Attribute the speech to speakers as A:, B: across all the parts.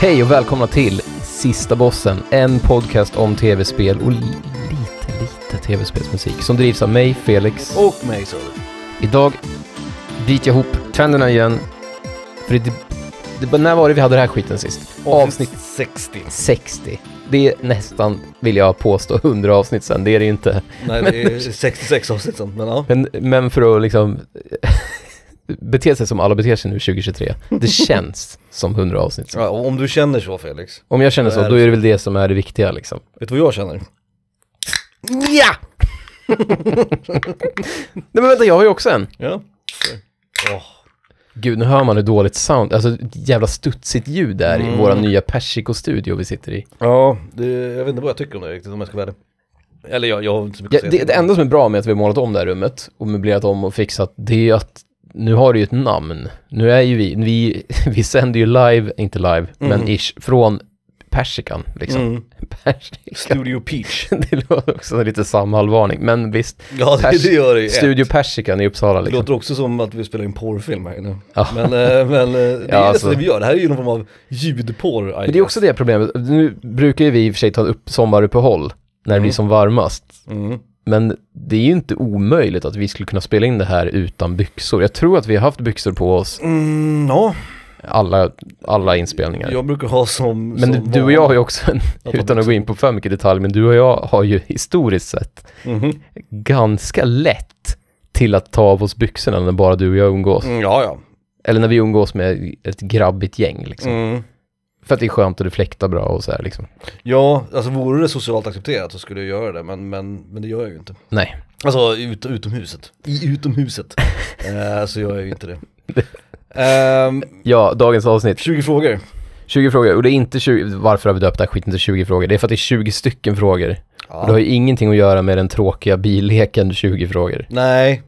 A: Hej och välkomna till Sista Bossen, en podcast om tv-spel och li- lite, lite tv-spelsmusik som drivs av mig, Felix.
B: Och mig så.
A: Idag biter jag ihop tänderna igen. För det, det, när var det vi hade den här skiten sist? Avsnitt
B: 60.
A: 60. Det är nästan, vill jag påstå, 100 avsnitt sen. Det är det ju inte.
B: Nej, det är 66 avsnitt sånt, men ja.
A: Men, men för att liksom bete sig som alla beter sig nu 2023. Det känns som 100 avsnitt sen.
B: ja. och Om du känner så Felix,
A: Om jag känner så, då är det väl det som är det viktiga liksom.
B: vet du vad jag känner?
A: Ja! Nej men vänta, jag har ju också en.
B: Ja. Åh,
A: Gud, nu hör man hur dåligt sound, alltså ett jävla studsigt ljud där i
B: Mm.
A: våra nya Persico-studio vi sitter i.
B: Ja, det, jag vet inte vad jag tycker om det riktigt om jag ska vara ärlig. Eller jag, jag har inte så
A: Ja,
B: mycket
A: det, det enda som är bra med att vi har målat om det här rummet och möblerat om och fixat, det är ju att nu har det ju ett namn. Nu är ju vi, vi, vi sänder ju live, inte live, men
B: Mm.
A: ish, från Persikan liksom.
B: Mm.
A: Persikan.
B: Studio Peach.
A: Det låter också lite samhällsvarning, men visst.
B: Ja, det,
A: Pers-
B: det gör det ju.
A: Studio Persikan i Uppsala
B: Det
A: liksom.
B: låter också som att vi spelar in porrfilm här inne.
A: Ja.
B: Men, eh, men eh, det är
A: Ja,
B: nästan
A: alltså.
B: det vi gör. Det här är ju någon form av ljudporr.
A: Men det är också det problemet. Nu brukar ju vi i och för sig ta upp sommaruppehåll när det
B: Mm.
A: blir som varmast.
B: Mm.
A: Men det är ju inte omöjligt att vi skulle kunna spela in det här utan byxor. Jag tror att vi har haft byxor på oss
B: Mm, ja,
A: alla, alla inspelningar.
B: jag brukar ha som...
A: men du,
B: som
A: du och jag har ju också, en,
B: ta
A: utan att gå in på för mycket detalj, men du och jag har ju historiskt sett
B: Mhm.
A: ganska lätt till att ta av oss byxorna när bara du och jag umgås.
B: Mm, ja, ja.
A: Eller när vi umgås med ett grabbigt gäng liksom.
B: Mm.
A: För att det är skönt och det fläktar bra och så här liksom.
B: Ja, alltså vore det socialt accepterat så skulle jag göra det, men, men, men det gör jag ju inte.
A: Nej,
B: Alltså ut, utomhuset, i utomhuset eh, så gör jag ju inte det. Ehm,
A: ja, dagens avsnitt.
B: 20 frågor.
A: 20 frågor, och det är inte 20, varför har vi döpt den här skiten till 20 frågor? Det är för att det är 20 stycken frågor. Och det har ju ingenting att göra med den tråkiga billeken 20 frågor.
B: Nej,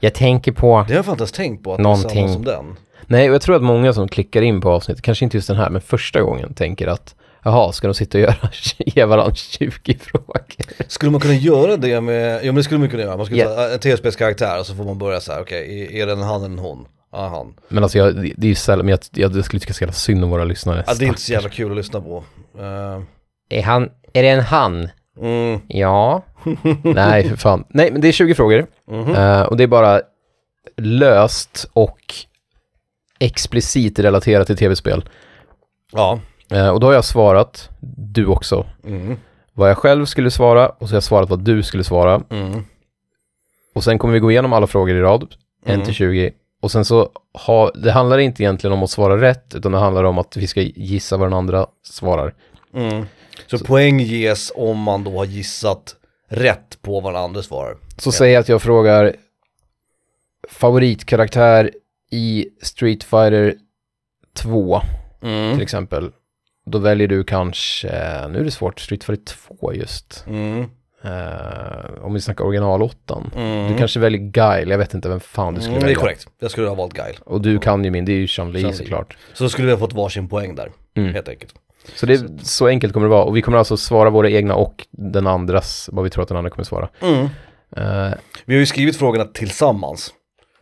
A: Jag tänker på...
B: det har jag fan inte ens tänkt på att det är
A: Någonting.
B: samma som den.
A: Nej, och jag tror att många som klickar in på avsnittet, kanske inte just den här, men första gången tänker att jaha, ska de sitta och göra, ge varandra 20 frågor?
B: Skulle man kunna göra det med, ja men det skulle man kunna göra, man skulle
A: Ja.
B: ta en TSBs karaktär och så får man börja så här, okej, är- är det en han eller en hon? Ja, han.
A: Men alltså, jag, det det är ju sällan, men jag, jag, jag skulle tycka så jävla synd om våra lyssnare.
B: Ja, det är inte så jävla kul att lyssna på. Ehm,
A: är, han, är det en han?
B: mm,
A: Ja. Nej, för fan. Nej, men det är 20 frågor.
B: mhm.
A: Eh, och det är bara löst och explicit relaterat till tv-spel.
B: Ja.
A: Eh, och då har jag svarat, du också,
B: Mm,
A: vad jag själv skulle svara och så har jag svarat vad du skulle svara.
B: mm,
A: Och sen kommer vi gå igenom alla frågor i rad, en
B: Mm.
A: till 20. Och sen så, ha, det handlar inte egentligen om att svara rätt, utan det handlar om att vi ska gissa vad den andra svarar.
B: mm. Så, poäng ges om man då har gissat rätt på vad den andra svarar.
A: Så säg att jag frågar favoritkaraktär i Street Fighter 2
B: Mm.
A: till exempel. Då väljer du kanske, eh, nu är det svårt, Street Fighter 2 just.
B: Mm.
A: Eh, om vi snackar original 8.
B: Mm.
A: Du kanske väljer Guile, jag vet inte vem fan du skulle
B: Mm, det är
A: välja.
B: korrekt. Jag skulle ha valt Guile.
A: Och du kan ju min, det är ju Chun-Li
B: Chun-Li.
A: såklart.
B: Så då skulle vi ha fått varsin poäng där,
A: Mm.
B: helt enkelt.
A: Så, det, är- så enkelt kommer det vara. Och vi kommer alltså svara våra egna och den andras, vad vi tror att den andra kommer svara. Eh,
B: Vi har ju skrivit frågorna tillsammans.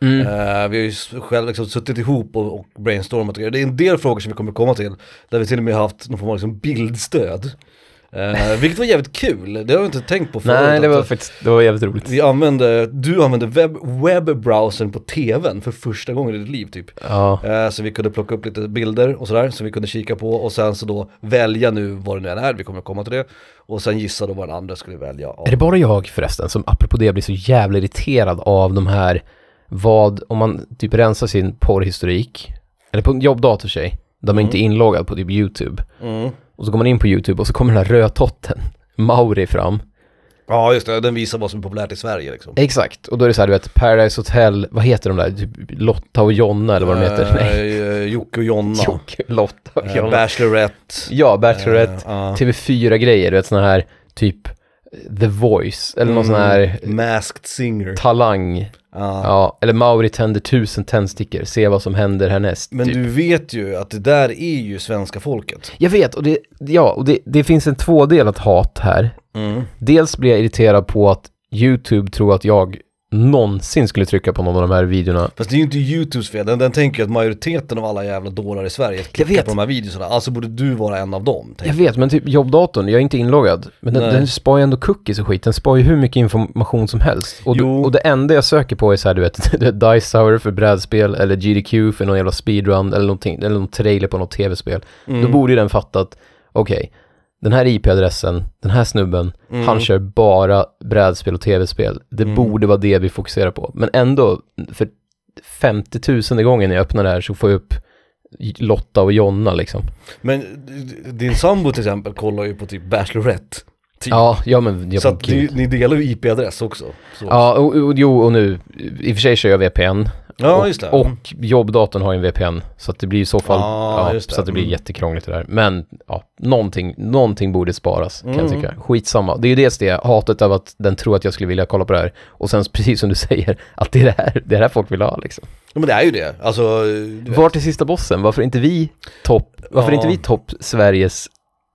A: mm.
B: Eh, vi har ju s- själv liksom suttit ihop och, och brainstormat och grejer. Det är en del frågor som vi kommer komma till, där vi till och med har haft någon form av liksom bildstöd. Eh, vilket var jävligt kul, det har jag inte tänkt på förut.
A: Nej, det var
B: att eh,
A: faktiskt, det var jävligt roligt.
B: vi använde, du använde webb, webbrowsern på tvn för första gången i ditt liv typ.
A: Ja,
B: Eh, Så vi kunde plocka upp lite bilder och sådär som vi kunde kika på och sen så då välja nu vad det nu än är, vi kommer komma till det. Och sen gissa då vad den andra skulle välja. av.
A: Är det bara jag förresten som apropå det blir så jävla irriterad av de här vad, om man typ rensar sin porrhistorik, eller på en jobbdator sig, där man inte är inloggad på typ YouTube.
B: Mm.
A: Och så går man in på YouTube och så kommer den här rödtotten, Mauri fram.
B: Ja just det, den visar vad som är populärt i Sverige liksom.
A: Exakt, och då är det så här du vet, Paradise Hotel, vad heter de där, typ Lotta och Jonna eller vad de heter? Nej,
B: Eh, Jocke och Jonna.
A: Jocke, Lotta och
B: Eh,
A: Jonna.
B: Bachelorette.
A: Ja, Bachelorette,
B: Eh, ja.
A: TV4-grejer, du vet såna här typ The Voice, eller någon sån här eh,
B: Masked Singer.
A: talang.
B: Mm. Ja.
A: Ja, eller Mauri tänder tusen tändstickor, se vad som händer härnäst.
B: Men
A: typ.
B: du vet ju att det där är ju svenska folket.
A: Jag vet, och, det, ja, och det, det finns en Mm. tvådelat hat här. Dels blir jag irriterad på att YouTube tror att jag någonsin skulle trycka på någon av de här videorna.
B: Fast det är ju inte YouTubes fel, den, den tänker ju att majoriteten av alla jävla dårar i Sverige klickar
A: vet.
B: på de här videorna. Alltså borde du vara en av dem. tänker
A: Jag vet, men typ jobbdatorn, jag är inte inloggad. Men den,
B: Nej.
A: den spar ju ändå cookies och skit. Den spar ju hur mycket information som helst. Och,
B: Jo.
A: och det enda jag söker på är så här, du vet, du vet, Dice Tower för brädspel eller GDQ för någon jävla speedrun eller någonting, eller någon trailer på något tv-spel.
B: Mm.
A: Då borde ju den fatta att, okej, den här IP-adressen, den här snubben,
B: Mm.
A: han kör bara brädspel och tv-spel. Det
B: Mm.
A: borde vara det vi fokuserar på. Men ändå, för 50 000 gången när jag öppnar det här så får jag upp Lotta och Jonna liksom.
B: Men din sambo till exempel kollar ju på typ Bachelorette. Typ.
A: Ja, ja men... Jag
B: så att ni, ni delar ju IP-adress också. Så.
A: Ja, och, och, jo och nu, i och för sig kör jag VPN.
B: Ja,
A: och,
B: just det.
A: Och jobbdatorn har ju en VPN, så att det blir i så fall,
B: Ja,
A: ja,
B: just det.
A: så att det blir
B: Mm.
A: jättekrångligt det där. Men, ja, någonting, någonting borde sparas, kan jag
B: Mm.
A: tycka. Skitsamma. Det är ju dels det, hatet av att den tror att jag skulle vilja kolla på det här. Och sen, precis som du säger, att det är det här, det är det här folk vill ha liksom.
B: Ja, men det är ju det. Alltså, du vet.
A: Vart är sista bossen? Varför är inte vi topp, varför är
B: Ja.
A: inte vi topp Sveriges,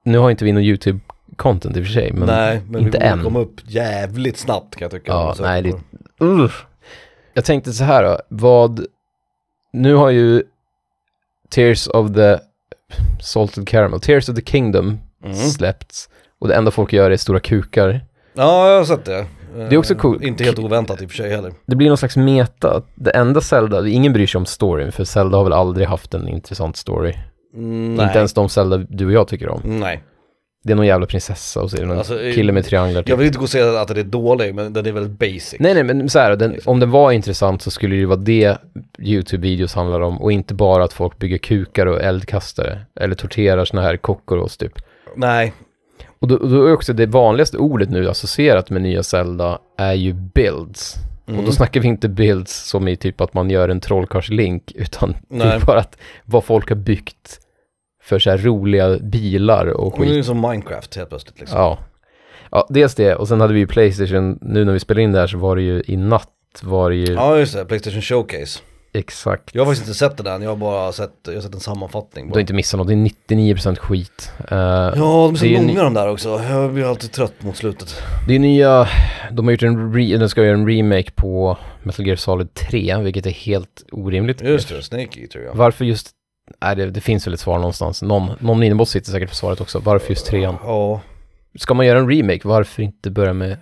A: nu har inte vi någon YouTube-content i och för sig, men
B: nej, men
A: inte
B: vi borde
A: än.
B: komma upp jävligt snabbt kan jag tycka.
A: Ja,
B: Så-
A: nej det... Uff. Jag tänkte så här då, vad... Nu har ju Tears of the... Salted Caramel, Tears of the Kingdom
B: Mm.
A: släppts. Och det enda folk gör är stora kukar.
B: Ja, jag har sett det. Eh,
A: Det är också coolt.
B: Inte helt oväntat i och för sig heller.
A: Det blir någon slags meta. Det enda Zelda, ingen bryr sig om storyn, för Zelda har väl aldrig haft en intressant story.
B: Mm,
A: Inte ens de Zelda du och jag tycker om.
B: Nej.
A: Det är någon jävla prinsessa och så är det någon
B: Alltså, eh,
A: Mm. kille med trianglar.
B: Jag vill inte gå och säga att den är dålig, men den är väldigt basic.
A: Nej, nej, men så här, den, om den var intressant så skulle det ju vara det YouTube-videos handlar om och inte bara att folk bygger kukar och eldkastare eller torterar såna här kokoros typ.
B: Nej.
A: Och då, och då är också det vanligaste ordet nu associerat med nya Zelda är ju builds. Och
B: Mm.
A: då snackar vi inte builds som i typ att man gör en trollkarlslink utan
B: Nej.
A: typ bara att vad folk har byggt för så här roliga bilar och
B: Det är
A: skit.
B: ju som Minecraft helt plötsligt liksom.
A: Ja. ja, dels det och sen hade vi ju Playstation, nu när vi spelade in det här så var det ju i natt var det ju
B: Ja just det, Playstation Showcase.
A: Exakt.
B: Jag har faktiskt inte sett den än, jag har bara sett, jag har sett en sammanfattning.
A: Du har
B: Bara.
A: inte missat något, det är 99% skit. Eh,
B: Ja, de är så
A: Det är ju
B: långa de där också. Jag blir alltid trött mot slutet.
A: Det är nya, de har gjort en, re, de ska göra en remake på Metal Gear Solid 3, vilket är helt orimligt.
B: Just det, Snake Eater ja.
A: Varför just, nej det, det finns väl ett svar någonstans, någon, någon miniboss sitter säkert på svaret också, varför just trean?
B: Ja,
A: Ska man göra en remake, varför inte börja med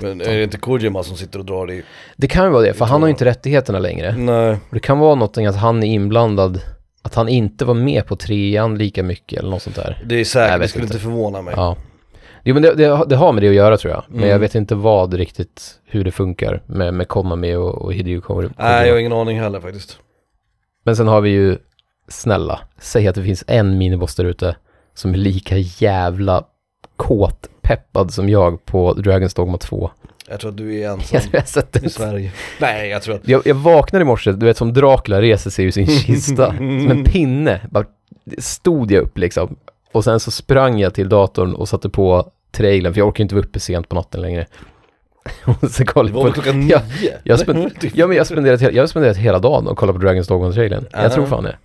B: men är det inte Kojima som sitter och drar i...
A: det kan ju vara det, för han har
B: tror Mm.
A: ju inte rättigheterna längre.
B: Nej.
A: Och Det kan vara någonting att han är inblandad, att han inte var med på trean lika mycket eller något sånt där.
B: Det är
A: Jag
B: säkert,
A: vet
B: det skulle
A: inte.
B: inte förvåna mig.
A: Ja. Jo, men det, det, det har med det att göra tror jag. Men
B: Mm.
A: jag vet inte vad riktigt, hur det funkar med, med Konami och, och Hideo Kojima.
B: Nej, jag har ingen aning heller faktiskt.
A: Men sen har vi ju, snälla, säg att det finns en miniboss där ute som är lika jävla kåt peppad som jag på Dragon's Dogma 2.
B: Jag tror att du är ensam
A: Jag tror jag har sett
B: i
A: den.
B: Sverige. Nej, jag tror att...
A: Jag, jag vaknade i morse, du vet som Dracula reser sig ur sin kista, som en pinne. Bara stod jag upp liksom. Och sen så sprang jag till datorn och satte på trailern, för jag orkar inte vara uppe sent på natten längre. Och så
B: Det
A: kollade
B: var
A: jag
B: väl
A: på...
B: klockan
A: Jag,
B: nio? Typ.
A: jag, spen, ja, men jag, har spenderat, hela- jag har spenderat hela dagen och kollat på Dragon's Dogma-trailern.
B: Ja.
A: Jag tror fan det.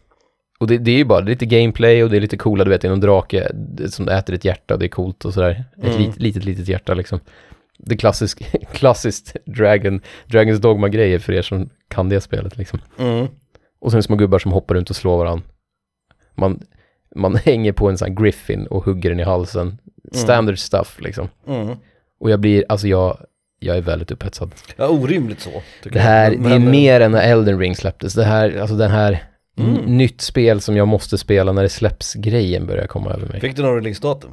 A: Och det, det är ju bara det är lite gameplay och det är lite coola, du vet, det är någon drake som äter ett hjärta, det är coolt och sådär. Ett
B: Mm.
A: litet, litet, litet hjärta liksom. Det är klassisk, klassiskt Dragon, Dragons Dogma-grejer för er som kan det spelet liksom.
B: Mm.
A: Och sen små gubbar som hoppar runt och slår varandra. Man, man hänger på en sån här griffin och hugger den i halsen. Standard stuff liksom.
B: Mm.
A: Och jag blir, alltså jag, jag är väldigt upphetsad.
B: Ja, orimligt så. tycker
A: Det här,
B: jag.
A: det
B: Men-
A: är
B: men-
A: mer än när Elden Ring släpptes. Det här, alltså den här
B: Mm.
A: n- nytt spel som jag måste spela när det släpps grejen börjar komma över mig.
B: Fick du någon releasedatum?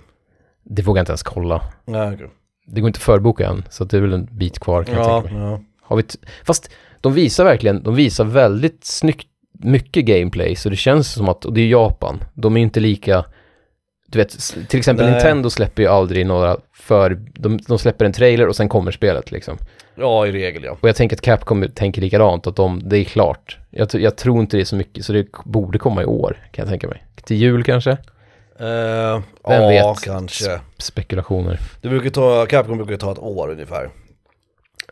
A: Det vågar jag inte ens kolla.
B: Nej, okej.
A: Det går inte att förboka än, så att det är väl en bit kvar kan jag
B: Ja,
A: tänka mig.
B: ja.
A: Har vi t- Fast de visar verkligen, de visar väldigt snyggt mycket gameplay, så det känns som att, och det är Japan, de är inte lika, du vet, s- till exempel
B: Nej.
A: Nintendo släpper ju aldrig några för, de, de släpper en trailer och sen kommer spelet liksom.
B: ja, i regel ja.
A: Och jag tänker att Capcom tänker likadant, att de, det är klart. Jag, tr- jag tror inte det är så mycket, så det k- borde komma i år, kan jag tänka mig. Till jul kanske?
B: Eh,
A: Vem
B: ja,
A: vet?
B: kanske.
A: Spekulationer.
B: Det brukar ta, Capcom brukar ta ett år ungefär.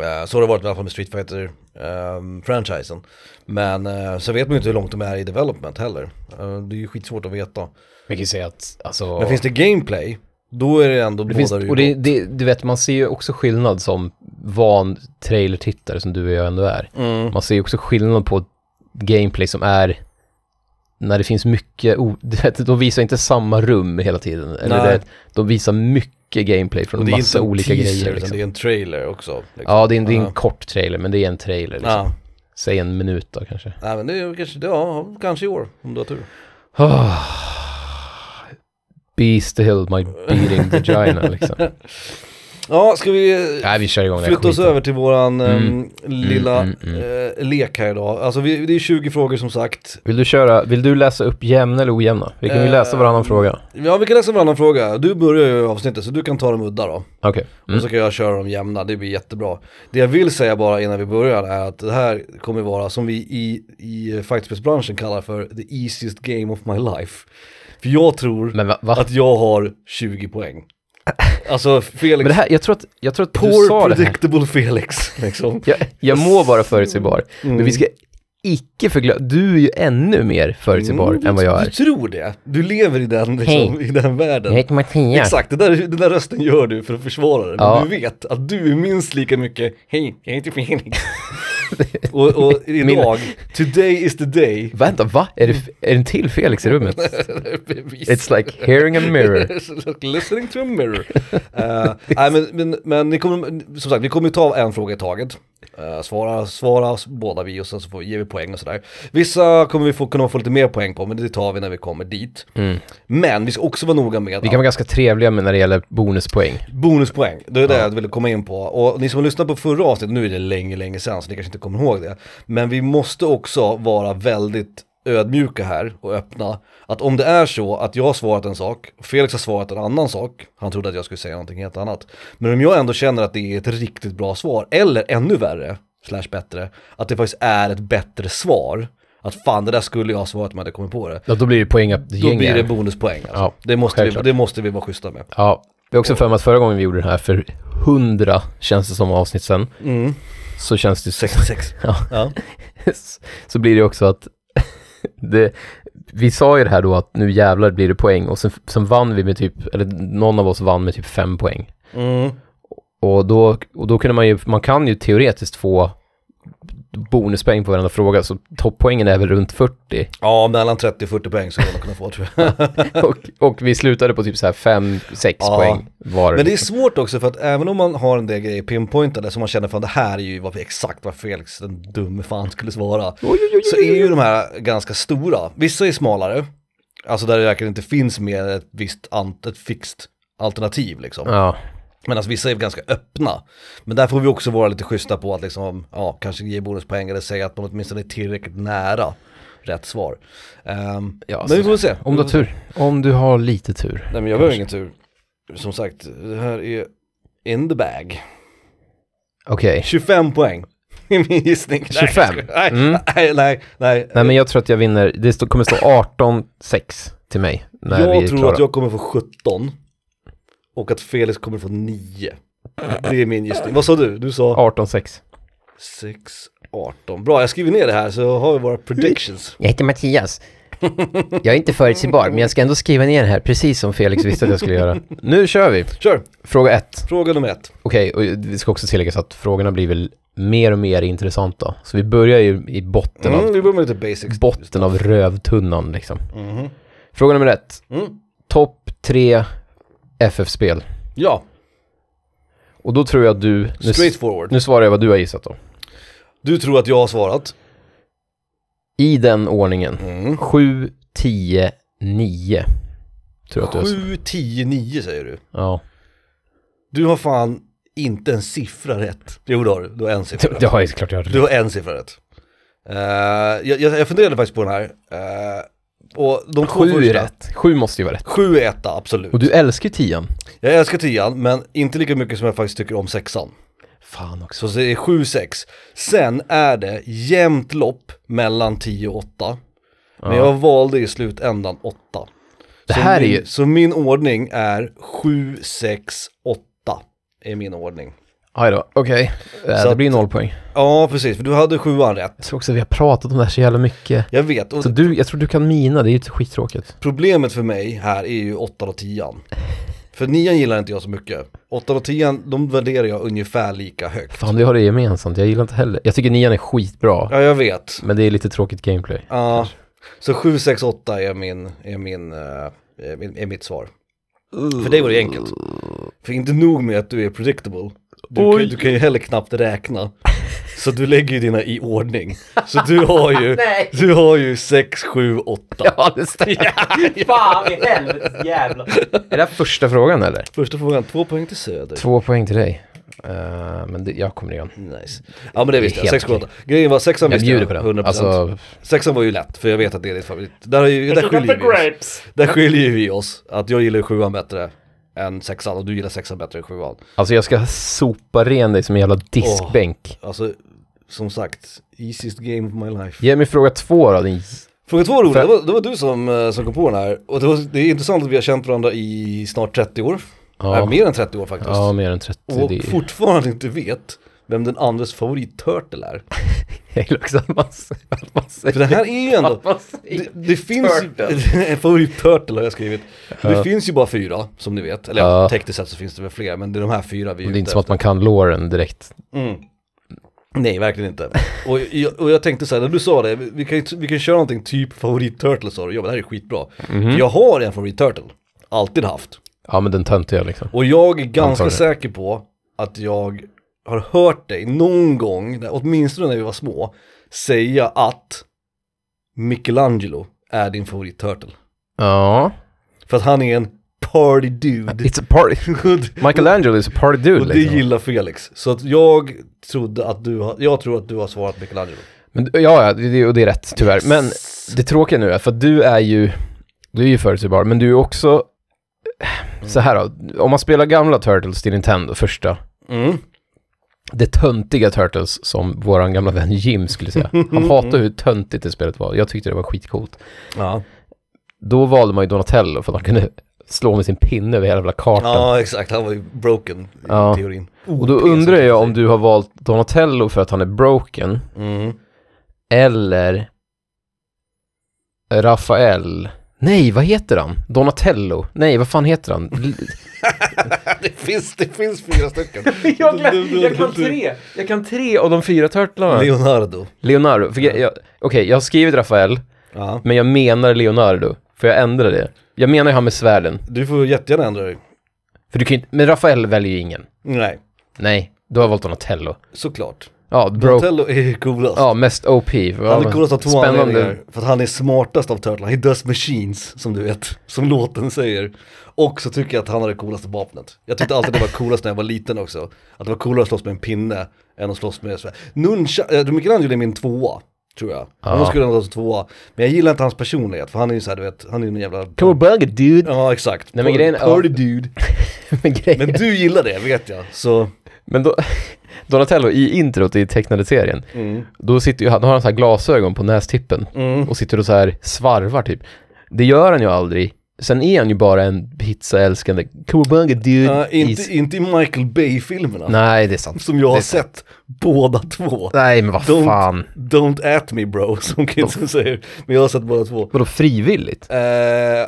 B: Eh, så har det varit i alla fall med Street Fighter ehm, franchisen. Men eh, så vet man ju inte hur långt de är i development heller. Eh, det är ju skitsvårt att veta.
A: Vi kan ju säga att, alltså...
B: Men finns det gameplay, då är det ändå
A: det
B: båda
A: finns,
B: ju
A: och det,
B: gott.
A: det, du vet, man ser ju också skillnad som van trailertittare som du och jag ändå är.
B: Mm.
A: Man ser ju också skillnad på gameplay som är när det finns mycket, o- du vet, de visar inte samma rum hela tiden. Eller
B: Nej.
A: det, de visar mycket gameplay från
B: Och
A: en
B: det är
A: massa
B: inte en
A: olika
B: teaser,
A: grejer.
B: utan
A: Liksom.
B: det är en trailer också. Liksom.
A: Ja, det är, en, det är en
B: Ja.
A: kort trailer, men det är en trailer. Liksom.
B: Ja.
A: Säg en minut då kanske.
B: Nej men det är kanske, ja, kanske i år om du har tur.
A: Ah. Be still my beating vagina liksom.
B: Ja, ska vi
A: Nej, vi kör igång den här
B: flytta oss
A: skiten.
B: över till våran ehm, lilla
A: mm, mm.
B: eh, lek här idag. Alltså vi, det är 20 frågor som sagt.
A: Vill du köra, vill du läsa upp jämna eller ojämna? Vi kan ju
B: Eh,
A: läsa varannan fråga.
B: Ja, vi kan läsa varannan fråga. Du börjar ju avsnittet så du kan ta dem udda då.
A: Okej.
B: Och
A: Mm.
B: så kan jag köra dem jämna, det blir jättebra. Det jag vill säga bara innan vi börjar är att det här kommer vara som vi i, i fightspelsbranschen kallar för the easiest game of my life. För jag tror
A: Men va? va?
B: att jag har 20 poäng. Alltså Felix,
A: Men det här, jag tror att, jag tror att du sa
B: poor
A: det här.
B: predictable Felix liksom.
A: Jag, jag må vara förutsägbar, men vi ska icke förglömma, du är ju ännu mer förutsägbar än vad jag
B: Mm, Du
A: är.
B: tror det, du lever i den, liksom, i den världen.
A: heter Mattias.
B: Exakt, det där, den där rösten gör du för att försvara det. Men
A: Ja.
B: du vet att du är minst lika mycket, hej, jag heter Felix. och, och idag, today is the day.
A: Vänta, va? Är det, är det en till Felix i rummet?
B: Bevis.
A: It's like hearing a mirror.
B: Listening to a mirror. Eh, nej, men, men, men ni kommer, som sagt, vi kommer ju ta en fråga i taget. Eh, svara, svara s- båda vi och sen så får, ger vi poäng och sådär. Vissa kommer vi få, kunna få lite mer poäng på, men det tar vi när vi kommer dit. Men vi ska också vara noga med
A: Mm. Vi
B: att-
A: kan vara ganska trevliga med när det gäller bonuspoäng.
B: Bonuspoäng, det är det jag ville komma in på. Och ni som har lyssnat på förra avsnittet, nu är det länge, länge sedan så ni kanske inte kommer ihåg det. Men vi måste också vara väldigt ödmjuka här och öppna. Att om det är så att jag har svarat en sak, och Felix har svarat en annan sak, han trodde att jag skulle säga någonting helt annat. Men om jag ändå känner att det är ett riktigt bra svar, eller ännu värre, slash bättre, att det faktiskt är ett bättre svar. Att fan det där skulle jag ha svarat om jag hade kommit på det.
A: Ja, då blir det poäng
B: Då blir det bonuspoäng alltså.
A: Ja,
B: det, måste vi,
A: självklart.
B: det måste vi vara schyssta med.
A: Ja, vi har också för mig att förra gången vi gjorde den här för hundra, känns det som, avsnitt sen,
B: Mm.
A: så känns det
B: 66.
A: Ja.
B: Ja.
A: så blir det också att det, vi sa ju det här då att nu jävlar blir det poäng och sen, sen vann vi med typ, eller någon av oss vann med typ fem poäng.
B: Mm.
A: Och då, och då kunde man ju, man kan ju teoretiskt få bonuspoäng på varenda fråga, så topppoängen är väl runt 40.
B: Ja, mellan 30 och 40 poäng skulle man kunna få tror jag.
A: Och, och vi slutade på typ så här 5-6
B: Ja.
A: poäng var.
B: Men det är svårt också för att även om man har en del grejer pinpointade som man känner fan det här är ju vad, exakt vad Felix den dumme fan skulle svara.
A: Oj, oj, oj,
B: Så är ju de här ganska stora. Vissa är smalare, alltså där det verkligen inte finns mer än ett visst ant, ett fixt alternativ liksom.
A: Ja,
B: Medan vissa är ganska öppna. Men där får vi också vara lite schyssta på att liksom, ja, kanske ge bonuspoäng eller säga att man åtminstone är tillräckligt nära rätt svar. Ehm,
A: Ja,
B: men vi
A: så- Mm.
B: får väl se.
A: om du har tur. Om du har lite tur.
B: Nej men jag behöver ingen tur. Som sagt, det här är in the bag.
A: Okej.
B: 25 poäng. I min gissning. Nej,
A: 25?
B: Nej,
A: Mm.
B: nej, nej. nej.
A: Nej men jag tror att jag vinner, det stå, kommer stå 18-6 till mig när vi
B: jag
A: är
B: tror
A: klara.
B: att jag kommer få 17. Och att Felix kommer få 9. Det är min gissning. Vad sa du? Du sa
A: 18-6.
B: 6, 18. Bra, jag skriver ner det här så har vi våra predictions.
A: Jag heter Mattias. Jag är inte förutsägbar, men jag ska ändå skriva ner det här, precis som Felix visste att jag skulle göra. Nu kör vi!
B: Kör,
A: Fråga ett.
B: fråga nummer ett.
A: Okej, och det ska också tilläggas att frågorna blir väl mer och mer intressanta. Så vi börjar ju i botten av,
B: Mm, vi börjar med lite basics. Mhm.
A: botten av rövtunnan liksom. Fråga nummer ett.
B: Mm.
A: Topp tre FF-spel.
B: Ja,
A: Och då tror jag att du... Nu,
B: straight forward.
A: nu svarar jag vad du har gissat då.
B: Du tror att jag har svarat.
A: I den ordningen.
B: Mm.
A: 7, 10, 9. Tror jag att du har
B: 7, 10, 9 säger du.
A: Ja,
B: Du har fan inte en siffra rätt. Jo det har du, du har en siffra
A: det
B: rätt.
A: har jag såklart jag
B: Du har en siffra rätt. Eh, jag, jag jag funderade faktiskt på den här. Eh, och de två
A: Sju är
B: första.
A: rätt. Sju måste ju vara rätt.
B: Sju är etta, absolut.
A: Och du älskar ju tian.
B: Jag älskar tian, men inte lika mycket som jag faktiskt tycker om sexan.
A: Fan också.
B: Så det är 7-6. Sen är det jämnt lopp mellan 10 och 8. Men jag valde i slutändan 8.
A: Det här är
B: min,
A: ju-
B: Så min ordning är 7, 6, 8. Är min ordning.
A: Aj då, okej. Eh,
B: Så
A: Det blir noll poäng.
B: Ja, precis, för du hade sjuan rätt.
A: Jag tror också att vi har pratat om det här så jävla mycket.
B: Jag vet, och
A: Så du, jag tror du kan mina, det är ju skittråkigt.
B: problemet för mig här är ju åttan och tian. För nian gillar inte jag så mycket. Åttan och tian, de värderar jag ungefär lika högt.
A: Fan, vi har det gemensamt. Jag gillar inte heller. Jag tycker nian är skitbra,
B: Ja, jag vet.
A: men det är lite tråkigt gameplay.
B: Ja, så 7, 6, 8 är, min, är, min, eh, är, min, är mitt svar. För dig var det enkelt. För inte nog med att du är predictable, du,
A: Oj.
B: kan, du kan ju heller knappt räkna. Så du lägger ju dina i ordning. Så du har ju,
A: Nej.
B: du har ju 6, 7, 8.
A: Ja, det stämmer.
C: Fan i helvetes jävlar.
A: Är det här första frågan eller?
B: Första frågan, två poäng till Söder.
A: Två poäng till dig. Eh, men det, jag kommer igen.
B: Nice. Ja men det visste jag,
A: helt
B: 6, 7,
A: okej.
B: 8. Grejen var sexan
A: Jag
B: visste jag,
A: bjuder på den.
B: 100%.
A: Alltså,
B: Sexan var ju lätt, för jag vet att det är ditt favorit. Där, är ju, där skiljer vi oss. Där skiljer vi oss, att jag gillar sjuan bättre än sexan och du gillar sexan bättre än sjuan.
A: alltså jag ska sopa ren dig som en jävla diskbänk.
B: Alltså, som sagt, easiest game of my life.
A: Ge mig fråga två då, din...
B: Fråga två Roland,
A: För-
B: det var, det var du som, eh, som kom på den här. Och det, var, det är intressant att vi har känt varandra i snart 30 år.
A: Ja.
B: Ja. mer än 30 år faktiskt.
A: Ja, mer än 30.
B: och
A: det är-
B: fortfarande inte vet vem den andres favorittörtel är.
A: Jag gillar också att man säger- att man
B: För det
A: säger...
B: här är ju ändå...
A: man
B: Det,
A: säger-
B: det finns ju, favorittörtel har jag skrivit. Det finns ju bara fyra, som ni vet. Eller
A: Ja.
B: ja. tekniskt sett så finns det väl fler, men det är de här fyra vi
A: Det
B: är
A: är inte
B: ute
A: som att man kan låren direkt.
B: Mm. Nej, verkligen inte. Och jag, och jag tänkte så här, när du sa det, vi vi kan, ju- vi kan köra någonting typ favoritturtle sa du, ja men det här är skitbra.
A: Mm. Mhm.
B: För jag har en favoritturtle, alltid haft.
A: Ja, men den töntar jag liksom.
B: Och jag är ganska
A: Antagligen.
B: säker på att jag har hört dig någon gång, när- åtminstone när vi var små, säga att Michelangelo är din favoritturtle.
A: Ja.
B: För att han är en party dude.
A: It's a party. Michelangelo is a party dude
B: Och det
A: liksom.
B: gillar Felix. Så att jag trodde att du har, jag tror att du har svarat Michelangelo.
A: Men, ja, ja, det, det- och det är rätt tyvärr. Men det tråkiga nu är, för att du är ju, du är ju förutsägbar, men du är också, så här då, om man spelar gamla Turtles till Nintendo, första,
B: Mm.
A: det töntiga Turtles som våran gamla vän Jim skulle säga. Han hatade hur töntigt det spelet var, jag tyckte det var skitcoolt.
B: Ja,
A: Då valde man ju Donatello för att han kunde slå med sin pinne över hela jävla kartan.
B: ja exakt. Han var ju broken i
A: Ja.
B: teorin.
A: Och då undrar jag om du har valt Donatello för att han är broken,
B: Mm.
A: eller Rafael. Nej, vad heter han? Donatello? Nej, vad fan heter han? L-
B: Det, finns, det finns fyra stycken.
A: jag, glöm- jag kan tre! Jag kan tre av de fyra turtlarna.
B: Leonardo.
A: Leonardo. för jag- jag- Okej, jag har skrivit Rafael,
B: Ja.
A: men jag menar Leonardo. För jag ändrar det. Jag menar ju han med svärden.
B: Du får jättegärna ändra dig.
A: För du kan ju inte, men Rafael väljer ju ingen.
B: Nej,
A: Nej, då har jag valt Donatello.
B: såklart.
A: Ja, bro.
B: Donatello är ju coolast.
A: Ja, mest OP.
B: Han är coolast av två
A: Spännande.
B: anledningar. För att han är smartast av Turtle. He does machines, som du vet. Som låten säger. Och så tycker jag att han har det coolaste vapnet. Jag tyckte alltid det var coolast när jag var liten också. Att det var coolare att slåss med en pinne än att slåss med svärd. Nuncha, äh, Michelangelo är min tvåa, tror jag. Hon skulle ha varit tvåa. Men jag gillar inte hans personlighet, för han är ju såhär, du vet, han är ju en jävla...
A: Come on, bugger, dude.
B: Ja, exakt.
A: Nej, men grejen- ja.
B: Party dude.
A: Men grejen
B: Men du gillar det, vet jag. Så,
A: Men då, Donatello i introt i tecknade serien,
B: Mm.
A: då, sitter ju, han- då har han så här glasögon på nästippen och sitter och så här svarvar typ. Det gör han ju aldrig. Sen är han ju bara en pizzaälskande cowabunga dude.
B: ja, inte,
A: is-
B: inte i Michael Bay-filmerna.
A: Nej, det är sant.
B: Som jag
A: Det
B: har
A: är sant.
B: sett båda två.
A: Nej, men vad
B: Don't-
A: fan.
B: Don't at me bro, som kidsen säger. Men jag har sett båda två.
A: Vadå frivilligt?
B: Eh,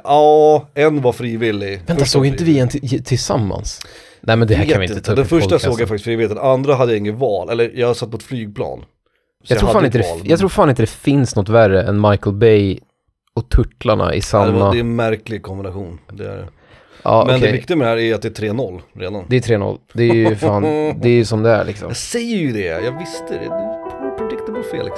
B: Ja, en var frivillig.
A: Vänta, såg inte vi en t- tillsammans? Nej, men det här
B: Vet
A: kan vi inte ta upp
B: Den
A: i
B: första
A: podcasten.
B: såg jag faktiskt frivilligt, den andra hade jag inget val. Eller jag satt på ett flygplan. Så
A: jag, tror
B: hade
A: fan
B: ett
A: inte det,
B: val.
A: jag tror fan inte det finns något värre än Michael Bay och Turtlarna i
B: Ja,
A: samma...
B: det,
A: Ja,
B: var, det är en märklig kombination. Det är. det. Men
A: okej.
B: det viktiga med det här är att det är 3-0 redan.
A: Det är 3-0. Det är ju fan, det är ju som det är liksom.
B: Jag säger ju det, jag visste det. Det är predictable Felix.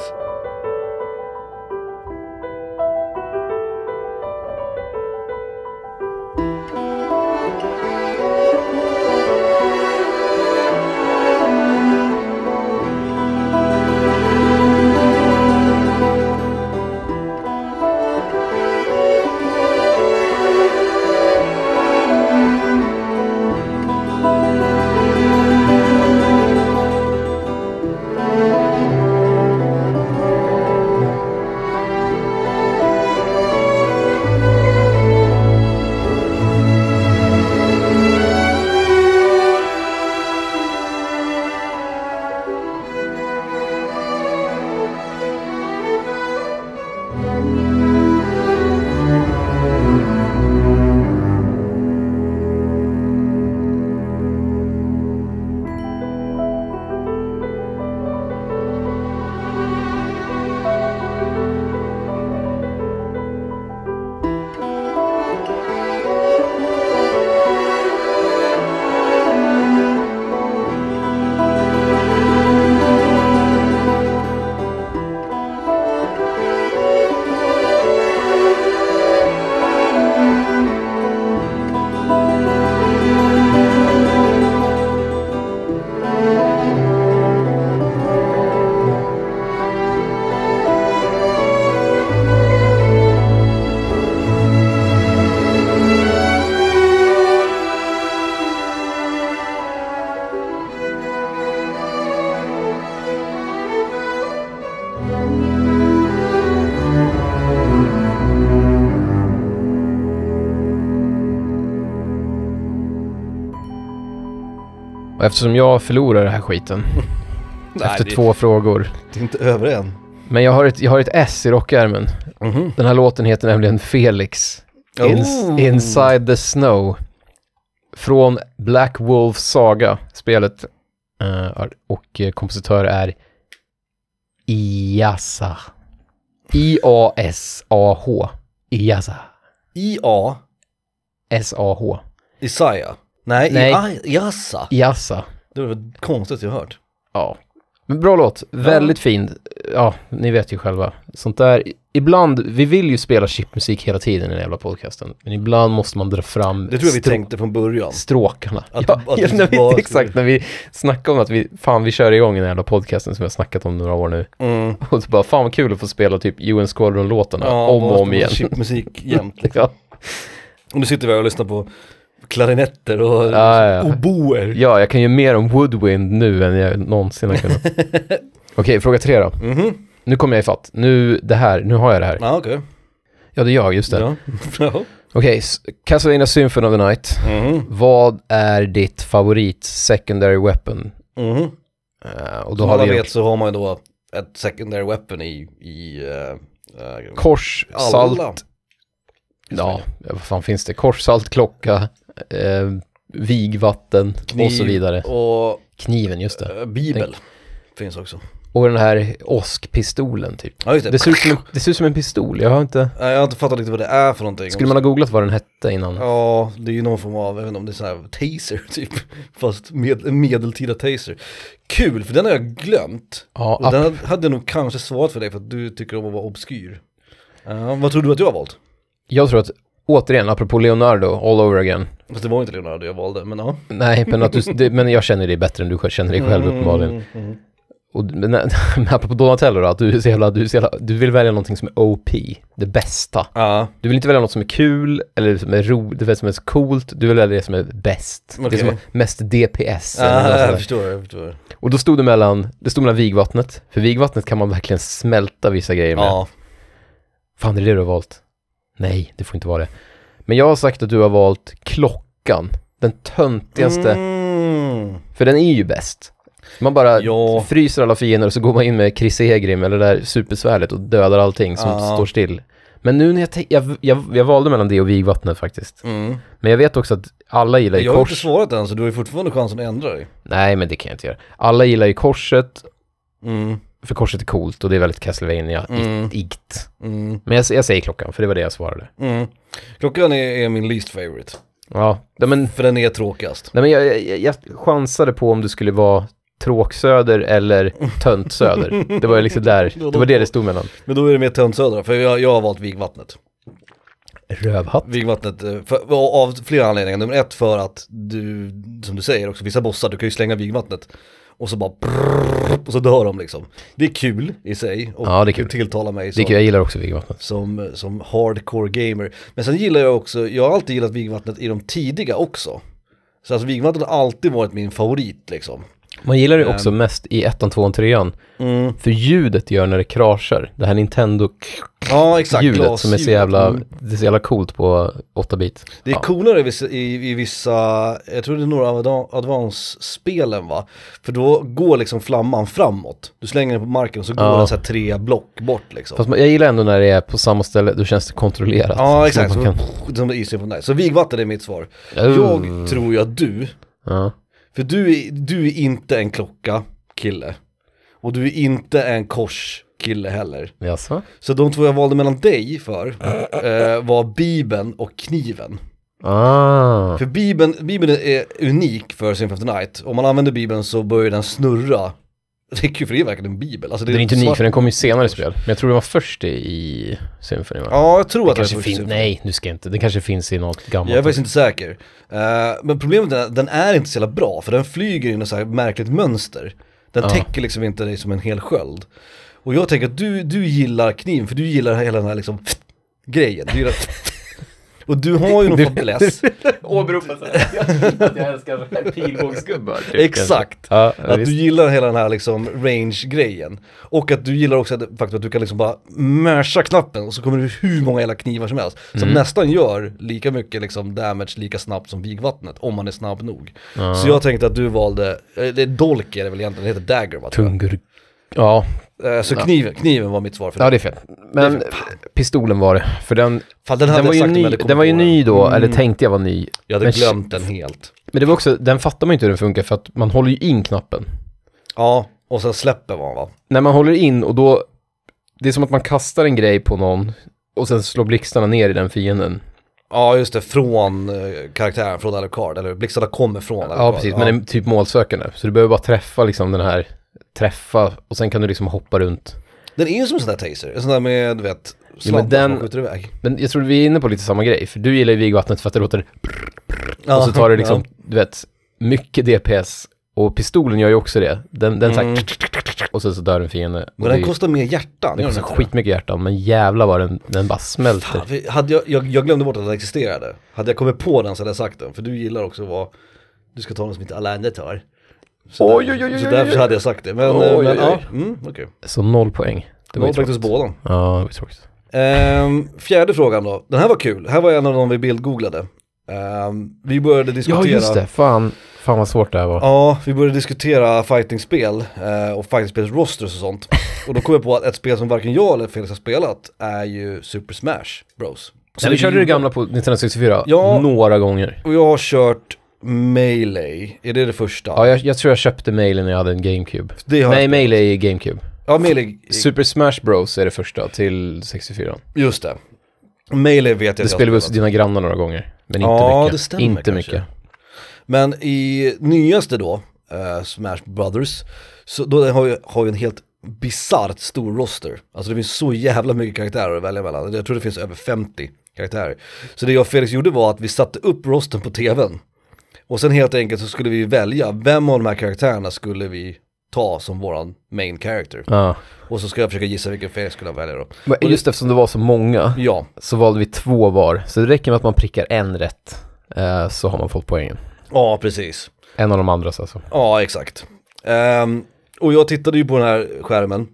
A: Och eftersom jag förlorar den här skiten efter
B: det,
A: två frågor.
B: det är inte över än.
A: Men jag har ett, jag har ett S i rockärmen.
B: Mhm.
A: Den här låten heter nämligen Felix. Ins-
B: Oh.
A: Inside the Snow. Från Black Wolf Saga, spelet. Eh, ar- och eh, kompositör är Iasa. I-A-S-A-H. Iasa.
B: I-A,
A: S-A-H.
B: Isaiah. Nej,
A: Nej.
B: Nej. Iasa.
A: Iasa.
B: Det var det konstigaste jag hört.
A: Ja. Men bra låt, väldigt fin. Ja, ni vet ju själva. Sånt där, ibland, vi vill ju spela chipmusik hela tiden i den här jävla podcasten. Men ibland måste man dra fram
B: Det tror jag vi
A: strå-
B: tänkte från början.
A: stråkarna.
B: Att-
A: ja,
B: att
A: ja,
B: det
A: när vi,
B: var-
A: exakt, när vi snackade om att vi, fan vi kör igång den här jävla podcasten som vi har snackat om några år nu.
B: Mm.
A: Och så bara, fan vad kul att få spela typ UN Squadron-låtarna om
B: bara
A: och om igen.
B: Chipmusik jämt.
A: Ja,
B: Och nu sitter vi här och lyssnar på klarinetter och
A: Ja, ja, ja.
B: oboer.
A: ja, jag kan ju mer om Woodwind nu än jag någonsin har kunnat. Okej, fråga tre då.
B: Mhm.
A: Nu kommer jag i fatt. Nu, det här, nu har jag det här.
B: Ja, okej.
A: Ja, det är jag, just det.
B: Ja. Ja.
A: Okej, s- Castlevania Symphony of the Night.
B: Mhm.
A: Vad är ditt favorit secondary weapon?
B: Mhm.
A: Eh, och då
B: Som
A: har
B: alla
A: vi
B: vet så har man ju då ett secondary weapon i, i eh, eh,
A: kors,
B: alla.
A: salt, ja, vad fan finns det? Kors, salt, klocka, eh, vigvatten
B: Kniv.
A: och så vidare.
B: Och
A: Kniven, just det.
B: eh, bibel finns också.
A: Och den här åskpistolen typ.
B: Ja, just det.
A: Det ser, ut som en, det ser ut som en pistol, jag har inte...
B: Nej, Jag har inte fattat riktigt vad det är för någonting.
A: Skulle man ha googlat vad den hette innan?
B: Ja, det är ju någon form av, jag vet inte om det är sån här taser typ. Fast med, en medeltida taser. Kul, för den har jag glömt.
A: Ja,
B: Och den hade jag nog kanske svarat för dig för att du tycker om att vara obskyr. Ja, vad tror du att jag har valt?
A: jag tror att, återigen, apropå Leonardo, all over again.
B: Fast det var inte Leonardo jag valde, men ja.
A: Nej, men, att du, det, men jag känner dig bättre än du själv- känner dig själv uppenbarligen.
B: mm.
A: Och, men, men apropå Donatello då, att du, är så jävla, du, är så jävla, du vill välja någonting som är OP, det bästa.
B: Ja,
A: Du vill inte välja något som är kul, eller som är roligt, det som är så coolt, du vill välja det som är bäst. Det
B: Okej.
A: som har mest DPS. eller något
B: ah,
A: sånt där.
B: jag förstår, jag förstår.
A: och då stod det mellan, det stod mellan vigvattnet, för vigvattnet kan man verkligen smälta vissa grejer med.
B: Ja,
A: Fan, det är det du har valt. Nej, det får inte vara det. Men jag har sagt att du har valt klockan, den töntigaste
B: Mm.
A: För den är ju bäst. Man bara
B: Ja.
A: fryser alla fiender och så går man in med Chris Egrim eller det där supersvärdet och dödar allting som
B: Ja.
A: står still. Men nu när jag, tänk- jag, jag, jag valde mellan det och vigvattnet faktiskt.
B: Mm.
A: Men jag vet också att alla gillar ju
B: Jag har inte
A: korset.
B: svarat än så du har ju fortfarande chansen att ändra dig.
A: Nej, men det kan jag inte göra. Alla gillar ju korset,
B: Mm.
A: för korset är coolt och det är väldigt Castlevania
B: Mm.
A: igt
B: Mm.
A: Men jag, jag säger klockan, för det var det jag svarade.
B: Mm. Klockan är, är min least favorite.
A: Ja, nej, men,
B: För den är tråkigast.
A: nej, men jag, jag, jag chansade på om du skulle vara tråksöder eller töntsöder. det var ju liksom där, det var det det stod mellan.
B: Men då är det mer Tönnsödra, för jag, jag har valt Vigvattnet.
A: Rövhatt.
B: Vigvattnet eh, för, av flera anledningar. Nummer ett för att du, som du säger också, vissa bossar, du kan ju slänga Vigvattnet. Och så bara prrrr, och så dör de liksom. Det är kul i sig och
A: Ja, det är kul.
B: tilltalar mig
A: Det,
B: som,
A: jag gillar också vigvattnet.
B: som, som hardcore gamer. Men sen gillar jag också, jag har alltid gillat Vigvattnet i de tidiga också. Så alltså Vigvattnet har alltid varit min favorit liksom.
A: Man gillar det
B: Ehm.
A: också mest i ettan, tvåan, trean.
B: Mm.
A: För ljudet gör när det kraschar. Det här
B: Ja exakt,
A: Nintendo-ljudet som är så
B: glasljud.
A: jävla,
B: Mm.
A: det är så jävla coolt på 8-bit.
B: Det är
A: Ja.
B: coolare i vissa, i, i vissa, jag tror det är några av Adva- Advance-spelen va? För då går liksom flamman framåt. Du slänger den på marken och så går
A: Ja.
B: den så här tre block bort liksom.
A: Fast man, jag gillar ändå när det är på samma ställe, då känns det kontrollerat.
B: ja
A: Så
B: exakt,
A: att
B: så,
A: man kan,
B: som det är isen på dig. Så vigvatten är mitt svar.
A: Uh.
B: Jag tror ju att du,
A: ja.
B: för du är, du är inte en klocka kille. Och du är inte en kors kille heller.
A: Jaså?
B: Så de två jag valde mellan dig för eh, var bibeln och kniven.
A: Ah.
B: För Bibeln, Bibeln är unik för Symphony of the Night. Om man använder Bibeln så börjar den snurra. Det är kul för det är verkligen en bibel. Alltså,
A: Den är inte unik
B: svart-
A: för den kommer ju senare i spel. Men jag tror den var först i, i Symphony va?
B: Ja, jag tror
A: det
B: att den
A: kanske
B: är
A: finns,
B: först.
A: nej nu ska jag inte, den kanske finns i något gammalt.
B: Jag är faktiskt inte säker. Eh, men problemet är att den är inte så jävla bra, för den flyger in i något så här märkligt mönster. Den
A: Ja.
B: täcker liksom inte dig som en hel sköld. Och jag tänker att du, du gillar kniven, för du gillar hela den här liksom grejen. Du gillar Och du har ju någon fäbless.
C: Åberopa så här, att jag- att jag älskar så här pilbågsgubbar. typ.
B: Exakt.
A: Ja,
B: Att
A: visst.
B: du gillar hela den här liksom range-grejen. Och att du gillar också det faktum att du kan liksom bara mörsa knappen och så kommer det hur många jävla knivar som helst. Som
A: Mm.
B: nästan gör lika mycket liksom damage lika snabbt som vigvattnet, om man är snabb nog. Så jag tänkte att du valde, eh, det är dolk är det väl egentligen, det heter dagger va? tror jag.
A: Tungur... Ja,
B: Eh, Så kniven, kniven var mitt svar för
A: ja,
B: det.
A: det är fel. Men pistolen var det, för den,
B: Fan, den, hade
A: den, var
B: jag
A: ju
B: sagt om jag
A: ny,
B: hade kommit
A: den var ju
B: på den. Mm.
A: ny då, eller tänkte jag var ny.
B: Jag hade
A: Men
B: glömt den helt.
A: Men det var också, den fattar man ju inte hur den funkar för att man håller ju in knappen.
B: Ja, och sen släpper man va?
A: När man håller in och då, det är som att man kastar en grej på någon och sen slår blixtarna ner i den fienden.
B: Ja just det, från eh, karaktären, från Alucard, eller blixtarna kommer från Alucard.
A: Ja, precis. Men det är typ målsökande. Så du behöver bara träffa liksom den här, träffa och sen kan du liksom hoppa runt.
B: Den är ju som en sån där taser, en sån där med du vet, sladdar
A: den-
B: som man skjuter iväg.
A: Men jag tror vi är inne på lite samma grej, för du gillar ju vigvattnet för att det låter,
B: Ja,
A: och så tar det liksom, du vet, mycket DPS. Och pistolen gör ju också det. Den, den
B: Mm.
A: så här, och sen så dör en fiende. Och
B: Men
A: det är
B: den
A: ju-
B: kostar mer hjärtan.
A: den
B: gör
A: kostar
B: den inte
A: skitmycket hjärtan, men jävla vad den, den bara
B: det?
A: smälter.
B: Fan, vi- hade jag, jag, jag glömde bort att den existerade. Hade jag kommit på den så hade jag sagt den, för du gillar också vad du ska ta någon som inte alla andra tar. Så,
A: Oj, oj, oj,
B: så
A: oj,
B: därför
A: oj.
B: hade jag sagt det. Men, eh,
A: Oj, oj,
B: men
A: oj.
B: ja, mm, okej.
A: Så noll poäng.
B: Det
A: Det var ju
B: faktiskt
A: tråkigt.
B: båda.
A: Ja, det var tråkigt.
B: Ehm, fjärde frågan då, den här var kul. Här var en av dem vi bildgooglade. Ehm, vi började
A: Ja,
B: diskutera
A: just det. Fan, fan vad svårt det här var.
B: Ja, vi började diskutera fightingspel eh, och fightingspelsrosters och sånt. Och då kom jag på att ett spel som varken jag eller Felix har spelat är ju Super Smash Bros. Så
A: Nej, vi
B: är
A: körde
B: ju-
A: det gamla på 1964
B: Ja.
A: några gånger.
B: Och jag har kört Melee, är det det första?
A: Ja, jag, jag tror jag köpte mailen när jag hade en GameCube.
B: det har
A: Nej,
B: jag-
A: mail är GameCube.
B: Ja, Melee,
A: Super Smash Bros är det första till 64.
B: just det. Melee vet jag att
A: Det
B: jag
A: spelade vi
B: har
A: hos
B: spelat.
A: dina grannar några gånger. Men inte
B: Ja,
A: mycket.
B: det stämmer
A: inte
B: kanske.
A: mycket.
B: Men i nyaste då, eh, Smash Brothers, så då har ju, har ju en helt bisarrt stor roster. Alltså det finns så jävla mycket karaktärer att välja mellan. Jag tror det finns över 50 karaktärer. Så det jag och Felix gjorde var att vi satte upp rosten på tvn. Och sen helt enkelt så skulle vi välja vem av de här karaktärerna skulle vi ta som våran main character.
A: Ja.
B: Och så ska jag försöka gissa vilken Felix skulle välja då.
A: Men Just eftersom det var så många
B: Ja,
A: så valde vi två var. Så det räcker med att man prickar en rätt eh, så har man fått poängen.
B: ja precis.
A: En av de andras alltså.
B: Ja, exakt. Ehm, och jag tittade ju på den här skärmen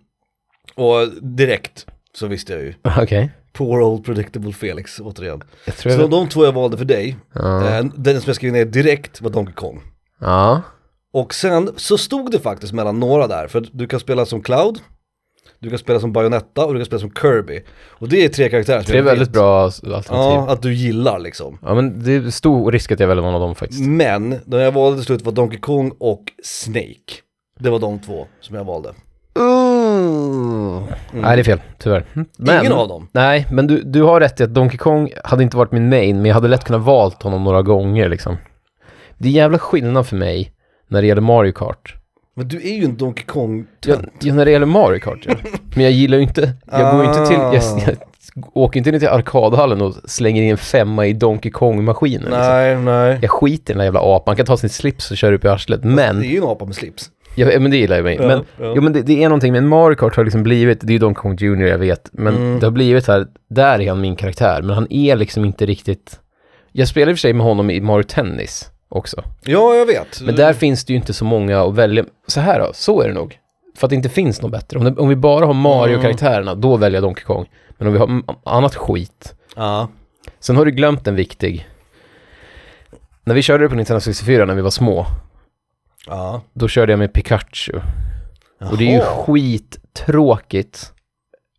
B: och direkt så visste jag ju.
A: Okej.
B: Poor old predictable Felix, återigen.
A: Jag tror jag
B: Så
A: vet.
B: de två jag valde för dig,
A: Ja.
B: eh, den som jag skrev ner direkt var Donkey Kong.
A: Ja.
B: Och sen så stod det faktiskt mellan några där, för du kan spela som Cloud, du kan spela som Bayonetta och du kan spela som Kirby. Och det är tre karaktärer som
A: Det är
B: jag
A: väldigt
B: vet
A: bra alternativ.
B: ja,
A: Ja.
B: att du gillar liksom.
A: men det är stor risk att jag väljer någon av dem faktiskt.
B: Men, den jag valde till slut var Donkey Kong och Snake. Det var de två som jag valde.
A: Nej, det är fel, tyvärr. Men,
B: Mm. Ingen av dem.
A: Nej, men du, du har rätt i att Donkey Kong hade inte varit min main, men jag hade lätt kunnat valt honom några gånger liksom. Det är jävla skillnad för mig när det gäller Mario Kart.
B: Men du är ju en Donkey Kong
A: Jag, ja, när det gäller Mario Kart, ja. Men jag gillar ju inte, jag går ju inte till, jag,
B: Ah.
A: jag åker inte ner till arkadhallen och slänger in en femma i Donkey Kong-maskinen. Liksom.
B: Nej, nej.
A: Jag skiter i den där jävla apan, man kan ta sin slips och köra upp i arslet, men
B: Det är ju en apa med slips.
A: Ja, ja, men det gillar jag mig.
B: Ja,
A: men
B: ja.
A: Jo, men det, det är någonting, men Mario Kart har liksom blivit, det är ju Donkey Kong Jr jag vet, men
B: Mm.
A: det har blivit så här, där är han min karaktär, men han är liksom inte riktigt, jag spelar i och för sig med honom i Mario Tennis också,
B: Ja, jag vet.
A: men där finns det ju inte så många att välja, så här då, så är det nog. För att det inte finns något bättre. Om, det, om vi bara har Mario-karaktärerna, då väljer jag Donkey Kong. Men om vi har m- annat skit,
B: Ja.
A: Sen har du glömt en viktig. När vi körde det på 1964 när vi var små,
B: Ja.
A: då körde jag med Pikachu. Och det är ju
B: Jaha.
A: skittråkigt.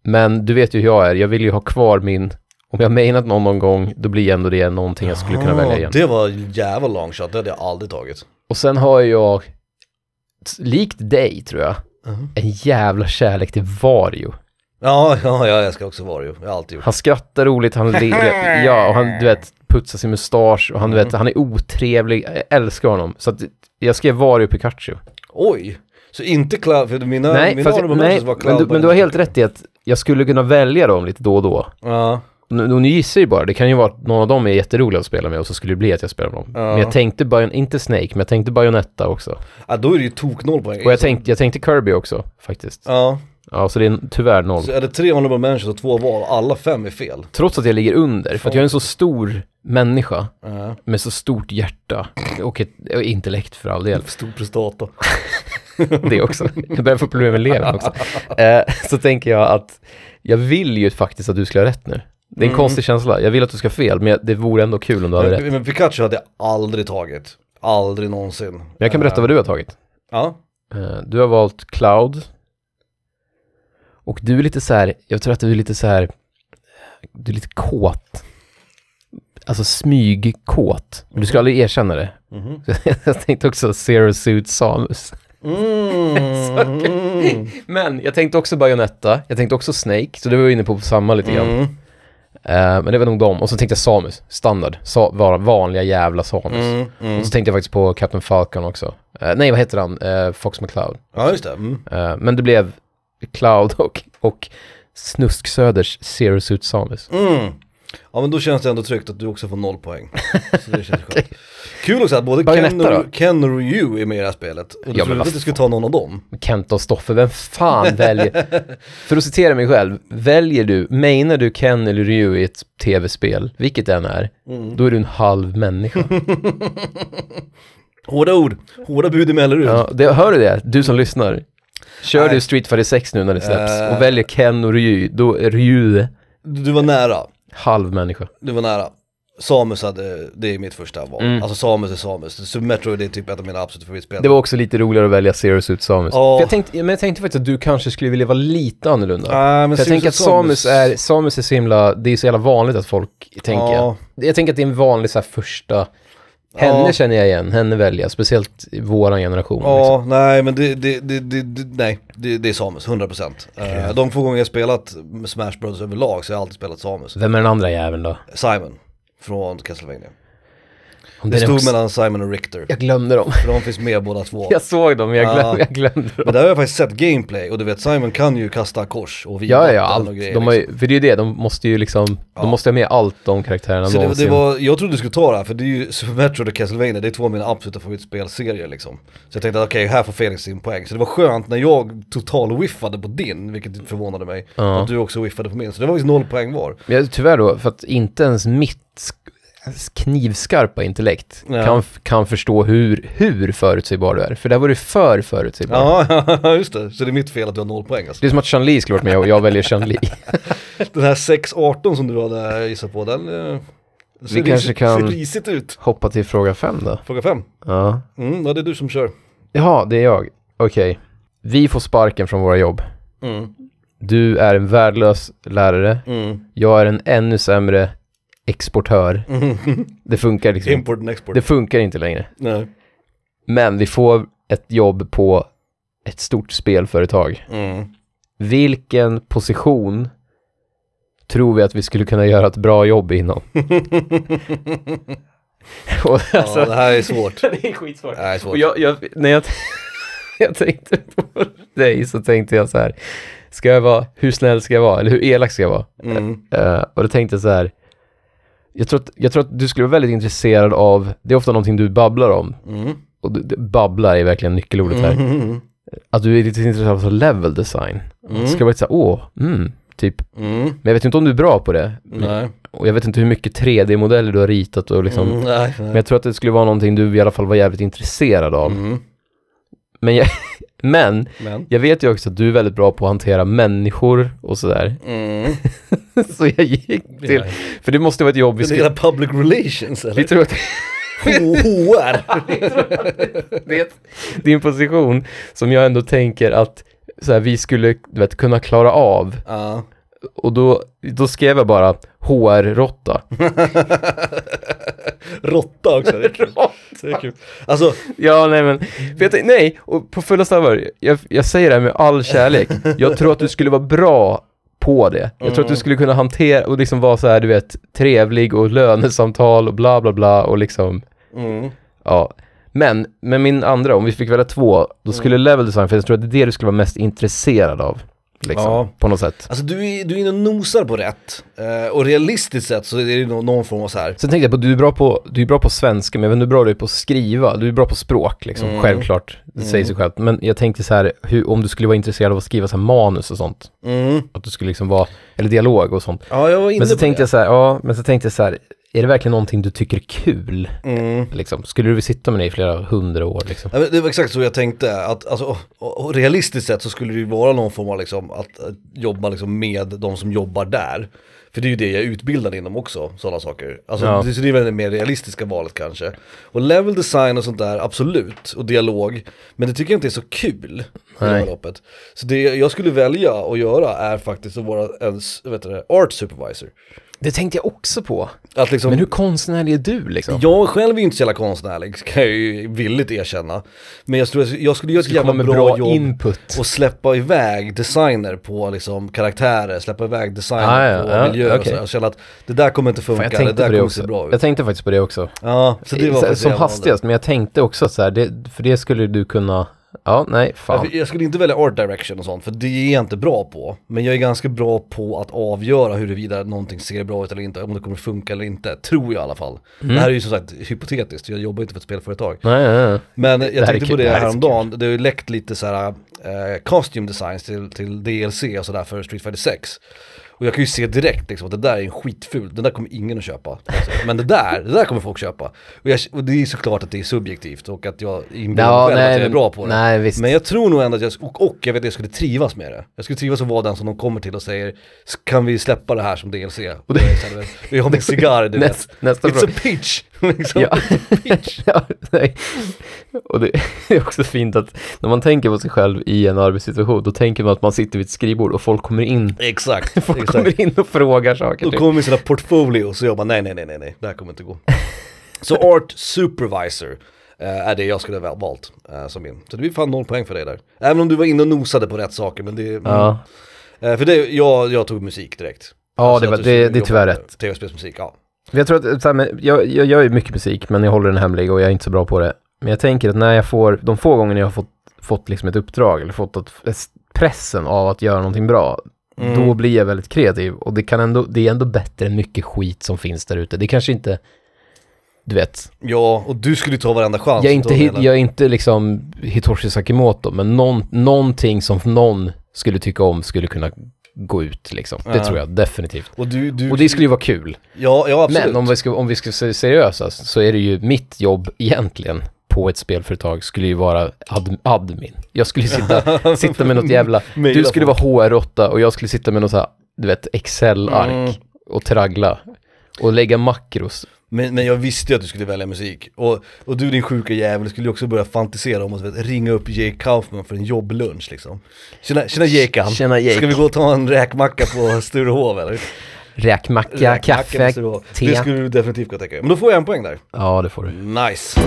A: Men du vet ju hur jag är, jag vill ju ha kvar min... Om jag har mainat någon någon gång, då blir ändå det någonting jag skulle kunna
B: Ja,
A: välja igen.
B: Det var en jävla long shot, det hade jag aldrig tagit.
A: Och sen har jag, t- likt dig tror jag,
B: Uh-huh.
A: en jävla kärlek till Vario.
B: Ja, ja, ja, jag ska också vara ju. Jag har alltid gjort.
A: Han skrattar roligt, han ler, ja, och han du vet, putsar sin mustasch och han, du vet,
B: Mm.
A: han är otrevlig, jag älskar honom. Så att jag skrev Vario Pikachu.
B: Oj! Så inte Cloud, för mina,
A: nej,
B: mina
A: fast,
B: honorable
A: nej
B: mentions var Cloud.
A: men, du, men du har helt rätt i att jag skulle kunna välja dem lite då och då.
B: Ja.
A: Nu, nu nu gissar jag ju bara, det kan ju vara att någon av dem är jätteroliga att spela med och så skulle det bli att jag spelar med dem. Men jag tänkte, Bayon- inte Snake, men jag tänkte Bayonetta också.
B: ja, då är det ju tok noll poäng.
A: Och jag tänkte, jag tänkte Kirby också, faktiskt.
B: Ja.
A: Ja, så det är tyvärr noll.
B: Så är det tre honorable mentions och två val, alla fem är fel.
A: Trots att jag ligger under, för att jag är en så stor människa
B: Uh,
A: med så stort hjärta och ett och intellekt för all del.
B: stor prestata.
A: det också. Jag börjar få problem med levern också. Eh, så tänker jag att jag vill ju faktiskt att du skulle ha rätt nu. Det är en
B: Mm.
A: konstig känsla. Jag vill att du ska ha fel, men jag- det vore ändå kul om du hade rätt.
B: Men, men Pikachu hade jag aldrig tagit. Aldrig någonsin. Men
A: Men jag kan berätta vad du har tagit.
B: Ja,
A: Eh, Du har valt Cloud. Och du är lite så här, jag tror att du är lite så här, du är lite kåt. Alltså smygkåt. Men du skulle aldrig erkänna det.
B: Mhm.
A: Så jag tänkte också Zero Suit Samus.
B: Mm. Mm.
A: Men jag tänkte också Bayonetta, jag tänkte också Snake, så du var inne på samma lite grann.
B: Mm.
A: Eh, men det var nog dem. Och så tänkte jag Samus, standard. Sa var- vanliga jävla Samus.
B: Mm. Mm.
A: Och så tänkte jag faktiskt på Captain Falcon också. Eh, nej, vad heter han? Eh, Fox McCloud.
B: Ja, just det. Mm.
A: Eh, men det blev Cloud och, och Snusk Söders Zero Suit Samus.
B: Mm. Ja men då känns det ändå tryggt att du också får noll poäng. Så det känns skönt. Kul också att både Ken
A: Bayonetta då?
B: och, Ken och Ryu är med i det här spelet. Och du
A: men
B: trodde
A: vad
B: att du skulle ta någon av dem.
A: Kenta och Stoffe, vem fan väljer? För att citera mig själv, väljer du, menar du Ken eller Ryu i ett tv-spel, vilket den är,
B: Mm.
A: då är du en halv människa.
B: Hårda ord, hårda bud i Mellerud.
A: Ja, det, hör du det? Du som lyssnar. Kör
B: Nej.
A: du Street Fighter 6 nu när det släpps
B: Eh.
A: och väljer Ken och Ryu, då är Ryu
B: Du, du var nära,
A: halv människa.
B: du var nära. Samus hade, det är mitt första val. Alltså Samus är Samus. Super Metroid är typ ett av mina absolut favoritspel.
A: Mm. Det var också lite roligare att välja Zero Suit Samus.
B: Ja.
A: För jag tänkte, men jag tänkte faktiskt att du kanske skulle vilja vara lite annorlunda.
B: Nej, men
A: För jag
B: Samus
A: tänker att
B: och Samus-
A: Samus är, Samus är så himla, det är så jävla vanligt att folk tänker.
B: Ja.
A: Jag tänker att det är en vanlig så här första, henne
B: Ja.
A: känner jag igen, henne väljer jag, speciellt i våran generation. liksom.
B: Ja, nej men det, det, det, det, det, nej, det, det är Samus, 100%. Eh, de få gånger jag spelat Smash Bros överlag så har jag alltid spelat Samus.
A: Vem är den andra jäveln då?
B: Simon, från Castlevania.
A: Om
B: Det
A: den är
B: stod
A: också-
B: mellan Simon och Richter.
A: Jag glömde dem.
B: För de finns med båda två.
A: Jag såg dem, men jag, glöm,
B: Ja.
A: jag glömde dem.
B: Men där har jag faktiskt sett gameplay och du vet Simon kan ju kasta kors och vila
A: Ja, ja,
B: och
A: allt.
B: grejer, liksom.
A: De har ju, för det är ju det, de måste ju liksom, de måste ha med allt de karaktärerna
B: Så det,
A: någonsin.
B: det var, jag trodde du skulle ta det här för det är ju Super Metroid och Castlevania, det är två av mina absoluta favoritspelserier liksom. Så jag tänkte att okej, här får Felix sin poäng. Så det var skönt när jag total-whiffade på din, vilket förvånade mig,
A: Ja.
B: att du också whiffade på min. Så det var faktiskt noll poäng var.
A: Men jag- tyvärr då, för att inte ens mitt sk- knivskarpa intellekt
B: Ja.
A: kan, f- kan förstå hur, hur förutsägbar du är. För där var du för förutsägbar.
B: Ja, just det. Så det är mitt fel att du har noll poäng alltså.
A: Det är som att Chan-Li skulle varit med och jag väljer Chan-Li.
B: Den här 6-18 som du hade gissat på, den eh,
A: Vi
B: ser,
A: kanske
B: risigt,
A: kan-
B: ser risigt ut.
A: Hoppa till fråga fem då.
B: Fråga 5.
A: Ja.
B: Mm, ja, det är du som kör.
A: Jaha, det är jag. Okej. Vi får sparken från våra jobb.
B: Mm,
A: Du är en värdelös lärare.
B: mm,
A: Jag är en ännu sämre exportör.
B: mm.
A: Det funkar liksom.
B: Import and export.
A: Det funkar inte längre.
B: Nej.
A: Men vi får ett jobb på ett stort spelföretag.
B: Mm.
A: Vilken position tror vi att vi skulle kunna göra ett bra jobb inom? och, alltså,
B: ja, det här är svårt.
C: det är skitsvårt.
B: Det här är svårt.
A: och jag, jag, när jag, jag tänkte på dig så tänkte jag så här, ska jag vara, hur snäll ska jag vara, eller hur elak ska jag vara?
B: Mm.
A: Eh, och då tänkte jag så här, jag tror, att, jag tror att du skulle vara väldigt intresserad av, det är ofta någonting du babblar om,
B: Mm.
A: och du, du, babblar är verkligen nyckelordet här,
B: Mm.
A: att du är lite intresserad av level design.
B: Mm.
A: Det ska vara lite så här, åh, mm, typ.
B: Mm.
A: Men jag vet ju inte om du är bra på det.
B: Nej.
A: Och jag vet inte hur mycket 3D-modeller du har ritat och liksom.
B: Mm. Nej.
A: Men
B: nej.
A: jag tror att det skulle vara någonting du i alla fall var jävligt intresserad av.
B: Mm.
A: Men, jag, men
B: Men.
A: jag vet ju också att du är väldigt bra på att hantera människor och sådär.
B: Mm.
A: Så jag gick till,
B: Ja.
A: för det måste vara ett jobb vi
B: Det är
A: skulle...
B: hela public relations eller?
A: Vi tror att
B: HR.
A: det är ett- det är en position som jag ändå tänker att så här, vi skulle du vet, kunna klara av.
B: Ja.
A: Och då, då skrev jag bara HR-råtta.
B: Råtta också. Det är kul. Det är kul. Alltså,
A: Ja, nej men, för jag tänkte- nej, och på fulla stavar, jag, jag säger det här med all kärlek, jag tror att du skulle vara bra på det. Jag
B: Mm.
A: tror att du skulle kunna hantera och liksom vara så här, du vet, trevlig och lönesamtal och bla bla bla och liksom,
B: mm.
A: ja. Men, Mm. men min andra, om vi fick välja två, då skulle level design, för jag tror att det är det du skulle vara mest intresserad av. Liksom,
B: Ja.
A: på något sätt.
B: Alltså du är, du är inne och nosar på rätt. Eh, och realistiskt sett så är det ju nå- någon form av så här.
A: Sen tänkte jag på, du är bra på, du är bra på svenska, men jag vet inte hur bra du är på att skriva. Du är bra på språk, liksom,
B: Mm.
A: självklart. Det säger sig självt. Men jag tänkte så här, hur, om du skulle vara intresserad av att skriva så här manus och sånt.
B: Mm.
A: Att du skulle liksom vara, eller dialog och sånt.
B: Ja, jag var inne
A: Men så
B: på
A: tänkte
B: det.
A: jag så här, ja, men så tänkte jag så här, är det verkligen någonting du tycker är kul?
B: Mm.
A: Liksom? Skulle du vilja sitta med det i flera hundra år? Liksom?
B: Ja, men det var exakt så jag tänkte, att alltså, och, och, och realistiskt sett så skulle det ju vara någon form av liksom, att, att jobba liksom, med de som jobbar där. För det är ju det jag är utbildad inom också, sådana saker. Alltså,
A: Ja.
B: det, så det är väl det mer realistiska valet kanske. Och level design och sånt där, absolut, och dialog. Men det tycker jag inte är så kul i det
A: Nej.
B: här loppet. Så det jag skulle välja att göra är faktiskt att vara en s- vad heter det, art supervisor.
A: Det tänkte jag också på.
B: Att liksom,
A: Men hur konstnärlig är du liksom?
B: jag själv är ju inte så jävla konstnärlig, kan jag ju villigt erkänna. Men jag, tror, jag skulle göra ett
A: Du
B: jävla
A: kommer med
B: bra,
A: bra
B: jobb
A: input.
B: och släppa iväg designer på liksom karaktärer, släppa iväg
A: Ah,
B: designer
A: ja,
B: på
A: ja,
B: miljöer och
A: okej.
B: sådär. Jag känner att det där kommer inte
A: Fan,
B: funka,
A: jag
B: det
A: tänkte
B: där
A: på det
B: kommer se bra
A: också. Jag
B: ut.
A: tänkte faktiskt på det också.
B: Ja, så det var
A: Så-
B: faktiskt
A: som
B: det jag valde.
A: hastigast, men jag tänkte också så här, det, för det skulle du kunna, ja, nej, fan.
B: Jag- Jag skulle inte välja art direction och sånt, för det är jag inte bra på. Men jag är ganska bra på att avgöra huruvida någonting ser bra ut eller inte, om det kommer funka eller inte, tror jag i alla fall.
A: Mm.
B: Det här är ju som sagt hypotetiskt, jag jobbar inte för ett spelföretag.
A: Nej, nej, nej.
B: Men jag
A: här är
B: tänkte på
A: kul. Det
B: det
A: här är så
B: häromdagen, det har ju läckt lite så här eh, costume designs till, till DLC och sådär för Street Fighter 6. Och jag kan ju se direkt liksom att det där är en skitful, den där kommer ingen att köpa. Alltså, Men det där, det där kommer folk köpa. Och, jag, och det är ju såklart att det är subjektivt och att jag inbillar mig
A: Ja,
B: själv att jag är
A: men-
B: bra på det.
A: Nej, visst.
B: Men jag tror nog ändå att jag, och, och jag vet att jag skulle trivas med det. Jag skulle trivas att vara den som de kommer till och säger, "S- kan vi släppa det här som DLC? Och det, vi har min cigarr, du vet.
A: Näst, nästa
B: It's
A: fråga.
B: a pitch! liksom.
A: Ja. ja, nej. Och det är också fint att när man tänker på sig själv i en arbetssituation, då tänker man att man sitter vid ett skrivbord och folk kommer in,
B: Exakt,
A: folk
B: exakt.
A: kommer in och frågar saker.
B: Då
A: typ.
B: kommer med sina portfolios och jag bara nej, nej, nej, nej, nej, det här kommer inte gå. Så Art Supervisor eh, är det jag skulle ha valt eh, som min. Så det blir fan noll poäng för dig där. Även om du var inne och nosade på rätt saker, men det... mm.
A: Ja,
B: Eh, för det, jag, jag tog musik direkt.
A: ja
B: Alltså
A: det, var,
B: att du
A: det, det är
B: jobbar
A: tyvärr
B: med
A: rätt.
B: Tv-spelsmusik, ja.
A: Jag tror att, så här, men jag, jag gör ju mycket musik, men jag håller den hemlig och jag är inte så bra på det. Men jag tänker att när jag får, de få gånger jag har fått, fått liksom ett uppdrag eller fått att, eh, pressen av att göra någonting bra,
B: Mm.
A: då blir jag väldigt kreativ. Och det, kan ändå, det är ändå bättre än mycket skit som finns där ute. Det kanske inte, du vet,
B: Ja, och du skulle ju ta varenda chans.
A: jag är inte,
B: Alltså, Då
A: hit,
B: menar-
A: jag är inte liksom Hitoshi Sakimoto, men någon, någonting som någon skulle tycka om skulle kunna gå ut liksom. Det
B: Ja.
A: tror jag definitivt.
B: Och, du, du,
A: Och det skulle ju vara kul.
B: ja, ja, absolut.
A: Men om vi, ska, om vi ska se seriösa så är det ju mitt jobb egentligen på ett spelföretag skulle ju vara ad, admin. Jag skulle ju sitta, sitta med något jävla...
B: Mejla
A: Du skulle vara HR8 och jag skulle sitta med något så här, du vet, Excel-ark
B: Mm.
A: och traggla och lägga makros.
B: Men, men jag visste ju att du skulle välja musik. Och, och du din sjuka jävel skulle ju också börja fantisera om att vet, ringa upp Jake Kaufman för en jobblunch liksom. Tjena, tjena Jekan,
A: Tjena, Jake.
B: ska vi gå och ta en räkmacka på Sturehov eller?
A: Räkmacka,
B: Räkmacka på
A: kaffe,
B: Sturehov. Det
A: te.
B: skulle du definitivt kunna tänka dig. Men då får jag en poäng där.
A: Ja, det får du.
B: Nice.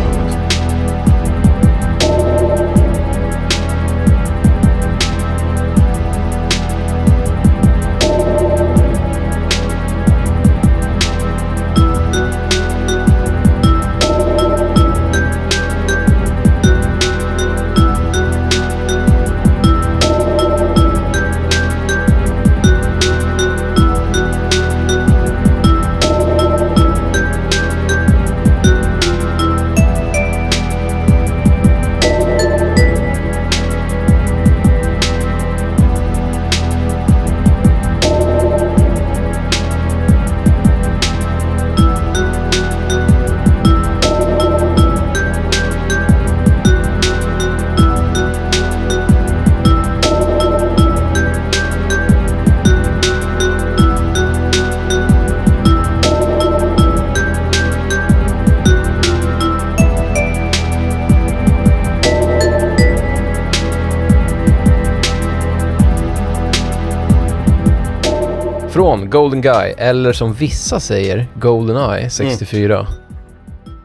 A: Från Golden Guy, eller som vissa säger, Golden Eye 64.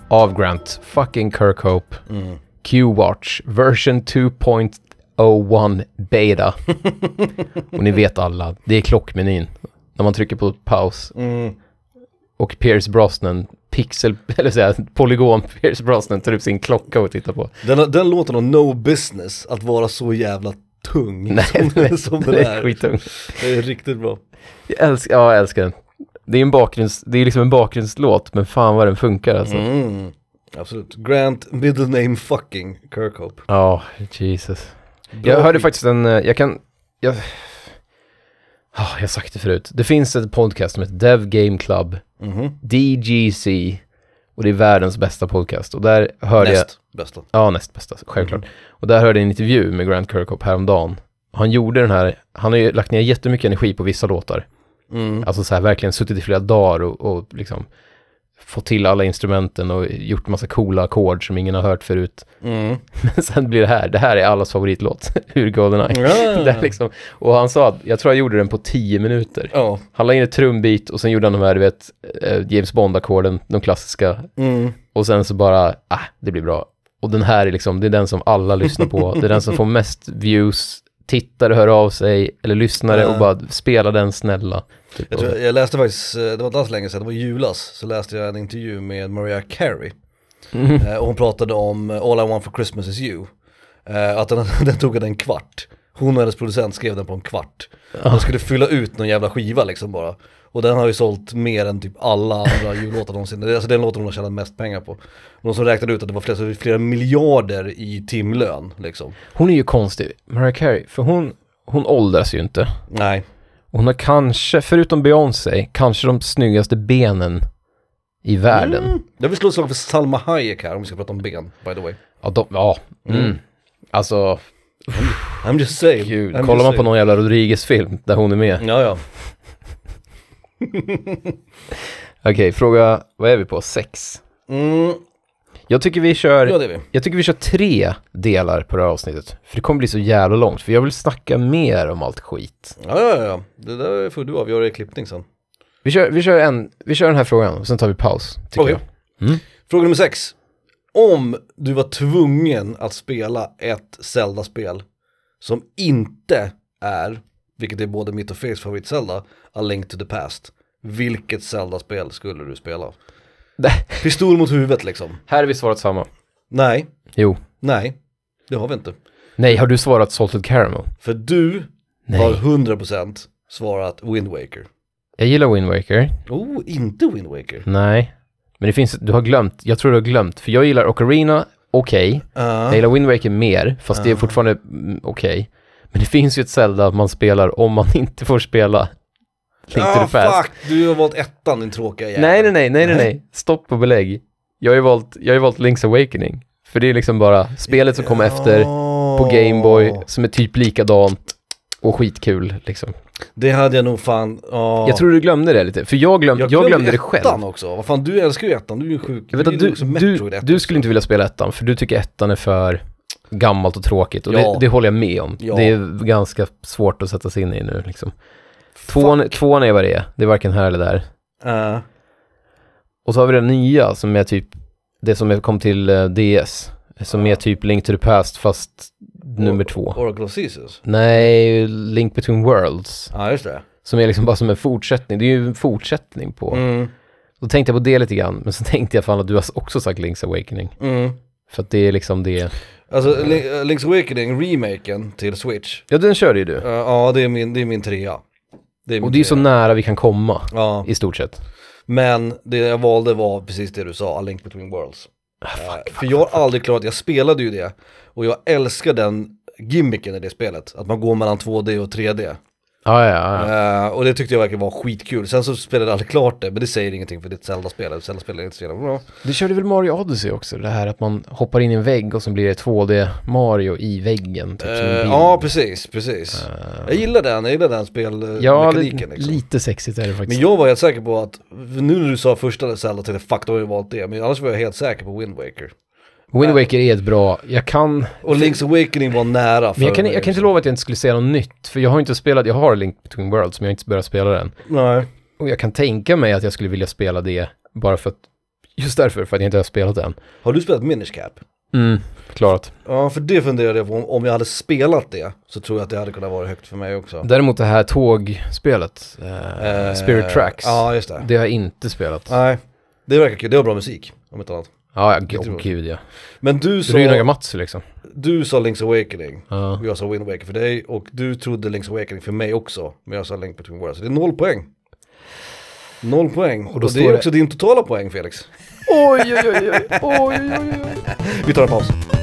A: Av Grant, fucking Kirkhope, Q-Watch, version 2.01 beta. och ni vet alla, det är klockmenyn. När man trycker på paus. Och Pierce Brosnan, pixel, eller säga, polygon Pierce Brosnan tar upp sin klocka och tittar på.
B: Den, den låten har no business att vara så jävla tung
A: Nej,
B: som,
A: nej,
B: som
A: Den
B: den
A: är
B: är.
A: skittung.
B: Det är riktigt bra.
A: Jag älskar, ja, jag älskar den. Det är, en bakgrunds, det är liksom en bakgrundslåt, men fan vad den funkar alltså.
B: Mm. Absolut. Grant, middle name fucking Kirkhope.
A: Ja, Jesus.
B: Bra
A: Jag hörde
B: skit.
A: faktiskt en, eh, jag kan, jag, Ah, jag har sagt det förut. Det finns ett podcast som heter Dev Game Club,
B: Mhm.
A: DGC, och det är världens bästa podcast. Och där hörde jag,
B: Näst bästa.
A: ja näst bästa, självklart. Och där hörde jag en intervju med Grant Kirkhope häromdagen. Och Han gjorde den här, han har ju lagt ner jättemycket energi på vissa låtar.
B: Mm.
A: Alltså så här verkligen suttit i flera dagar och, och liksom fått till alla instrumenten och gjort massa coola ackord som ingen har hört förut.
B: Mm.
A: Men sen blir det här, det här är allas favoritlåt ur Goldeneye.
B: Ja.
A: Det är liksom, och han sa att, jag tror jag gjorde den på 10 minuter.
B: Ja.
A: Han la in ett trumbit och sen gjorde han de här, du vet, eh, James Bond-ackorden, de klassiska.
B: Mm.
A: Och sen så bara, ah, det blir bra. Och den här är liksom, det är den som alla lyssnar på. Det är den som får mest views, tittare hör av sig, eller lyssnare och
B: Ja.
A: bara spela den snälla. Typ.
B: Jag, tror, jag läste faktiskt, eh, det var inte alls länge sedan, det var i julas, så läste jag en intervju med Mariah Carey. Eh, Och hon pratade om eh, All I Want For Christmas Is You. Eh, Att den, den tog henne en kvart. Hon och hennes producent skrev den på en kvart. De skulle fylla ut någon jävla skiva liksom bara. Och den har ju sålt mer än typ alla andra jullåtar någonsin. Det är Alltså den låten hon har tjänat mest pengar på. Någon som räknade ut att det var flera, flera miljarder i timlön liksom.
A: Hon är ju konstig, Mariah Carey, för hon, hon åldras ju inte.
B: Nej.
A: Hon har kanske, förutom Beyoncé, kanske de snyggaste benen i världen.
B: Mm. Jag vill slå ett slag för Salma Hayek här om vi ska prata om ben, by the way.
A: Ja, de, ja. Mm. Alltså,
B: I'm just saying.
A: gud.
B: I'm
A: Kollar
B: just
A: man på
B: saying.
A: någon jävla Rodriguez-film där hon är med.
B: Ja, ja.
A: Okej, fråga, vad är vi på? Sex?
B: Mm,
A: Jag tycker vi kör,
B: ja, det är vi.
A: jag tycker vi kör tre delar på det här avsnittet. För det kommer bli så jävla långt, för jag vill snacka mer om allt skit.
B: Ja, ja, ja. Det där får du avgöra i klippning sen.
A: Vi kör, vi kör, en, vi kör den här frågan, och sen tar vi paus, tycker
B: Okej.
A: jag. Mm.
B: Fråga nummer sex. Om du var tvungen att spela ett Zelda-spel som inte är, vilket är både mitt och Felix favorit Zelda, A Link to the Past. Vilket Zelda-spel skulle du spela?
A: Det-
B: Pistol mot huvudet liksom.
A: Här är vi svarat samma.
B: Nej,
A: Jo.
B: nej, det har vi inte.
A: Nej, har du svarat Salted Caramel?
B: För du
A: Nej.
B: har 100% svarat Wind Waker.
A: Jag gillar Wind Waker.
B: Oh, inte Wind Waker.
A: Nej. Men det finns, du har glömt, jag tror du har glömt, för jag gillar Ocarina, okej.
B: Ah.
A: Jag gillar Wind Waker mer, fast det är fortfarande mm, okej. Men det finns ju ett Zelda man spelar om man inte får spela Link to the Past.
B: Ah, fuck, du har valt ettan din tråkiga jävel.
A: Nej, nej, nej, nej, nej, nej. Stopp och belägg. Jag har ju valt, jag har ju valt Link's Awakening. För det är liksom bara spelet som kom efter på Game Boy som är typ likadant och skitkul liksom.
B: Det hade jag nog fan, ja.
A: Jag tror du glömde det lite, för jag, glöm, jag, glömde det själv.
B: ettan också. Vad fan, du älskar ju ettan, du är ju sjuk.
A: Jag vet att
B: gillar
A: du,
B: också
A: du,
B: Metroid ettan.
A: du skulle inte vilja spela ettan, för du tycker ettan är för gammalt och tråkigt. Och
B: Ja.
A: det, det håller jag med om.
B: Ja.
A: Det är ganska svårt att sätta sig in i nu. Liksom. Tvåan, tvåan är vad det är. Det är varken här eller där.
B: Eh,
A: Och så har vi den nya som är typ, det som är- kom till eh, DS. Som är typ Link to the Past fast nummer två.
B: Oracle of Seasons.
A: Nej, Link Between Worlds.
B: Ja, just det.
A: Som är liksom bara som en fortsättning. Det är ju en fortsättning på.
B: Mm,
A: Då tänkte jag på det lite grann, men så tänkte jag fan att du har också sagt Link's Awakening.
B: mm.
A: För att det är liksom det.
B: Alltså, Li- eh, Link's Awakening, remaken till Switch.
A: Ja, den körde ju du.
B: Eh, Ja, det är min, det är min trea. Det är min
A: Och det är ju så
B: trea.
A: nära vi kan komma,
B: Ja,
A: i stort sett.
B: men det jag valde var precis det du sa, A Link Between Worlds.
A: Ah,
B: Eh, för jag har aldrig klarat, jag spelade ju det och jag älskar den gimmicken i det spelet, att man går mellan 2D och 3D.
A: Ja, ja, ja.
B: Eh, och det tyckte jag verkade vara skitkul. Sen så spelade jag aldrig klart det, men det säger ingenting för det är ett Zelda-spel. Zelda-spel är inte så jävla bra.
A: Du körde väl Mario Odyssey också? Det här att man hoppar in i en vägg och så blir det 2D Mario i väggen, typ som en
B: Eh,
A: bild. Eh.
B: ja, precis, precis. jag gillar den, jag gillar den spelmekaniken.
A: Ja,
B: liksom.
A: li- lite sexigt är det faktiskt.
B: Men jag var helt säker på att, nu när du sa första Zelda tänkte jag fuck då har jag valt det, men annars var jag helt säker på Wind Waker.
A: Wind Waker är ett bra, jag kan...
B: Och Link's Awakening var nära för
A: Men jag kan,
B: mig liksom.
A: jag kan inte
B: också.
A: lova att jag inte skulle säga något nytt, för jag har inte spelat, jag har Link Between Worlds, men jag har inte börjat spela den.
B: Nej.
A: Och jag kan tänka mig att jag skulle vilja spela det, bara för att, just därför, för att jag inte har spelat den.
B: Har du spelat Minish Cap?
A: Mm, klarat.
B: Ja, för det funderade jag på, om- om jag hade spelat det så tror jag att det hade kunnat vara högt för mig också.
A: Däremot det här tågspelet, eh,
B: Eh,
A: Spirit Tracks,
B: Ja, just det.
A: det har jag inte spelat.
B: Nej, det verkar kul, det var bra musik, om inte annat.
A: Ja, ja
B: tror
A: gud,
B: jag.
A: gud ja.
B: Men du sa...
A: Ryno Gamatsu liksom.
B: du sa Link's Awakening.
A: Ja.
B: Och Jag sa Wind Waker för dig och du trodde Link's Awakening för mig också. Men jag sa Link Between Worlds. Så det är noll poäng. Noll poäng. Och,
A: då
B: det är
A: står
B: också din totala poäng Felix.
A: Oj, oj, oj, oj, oj, oj, oj.
B: Vi tar en paus.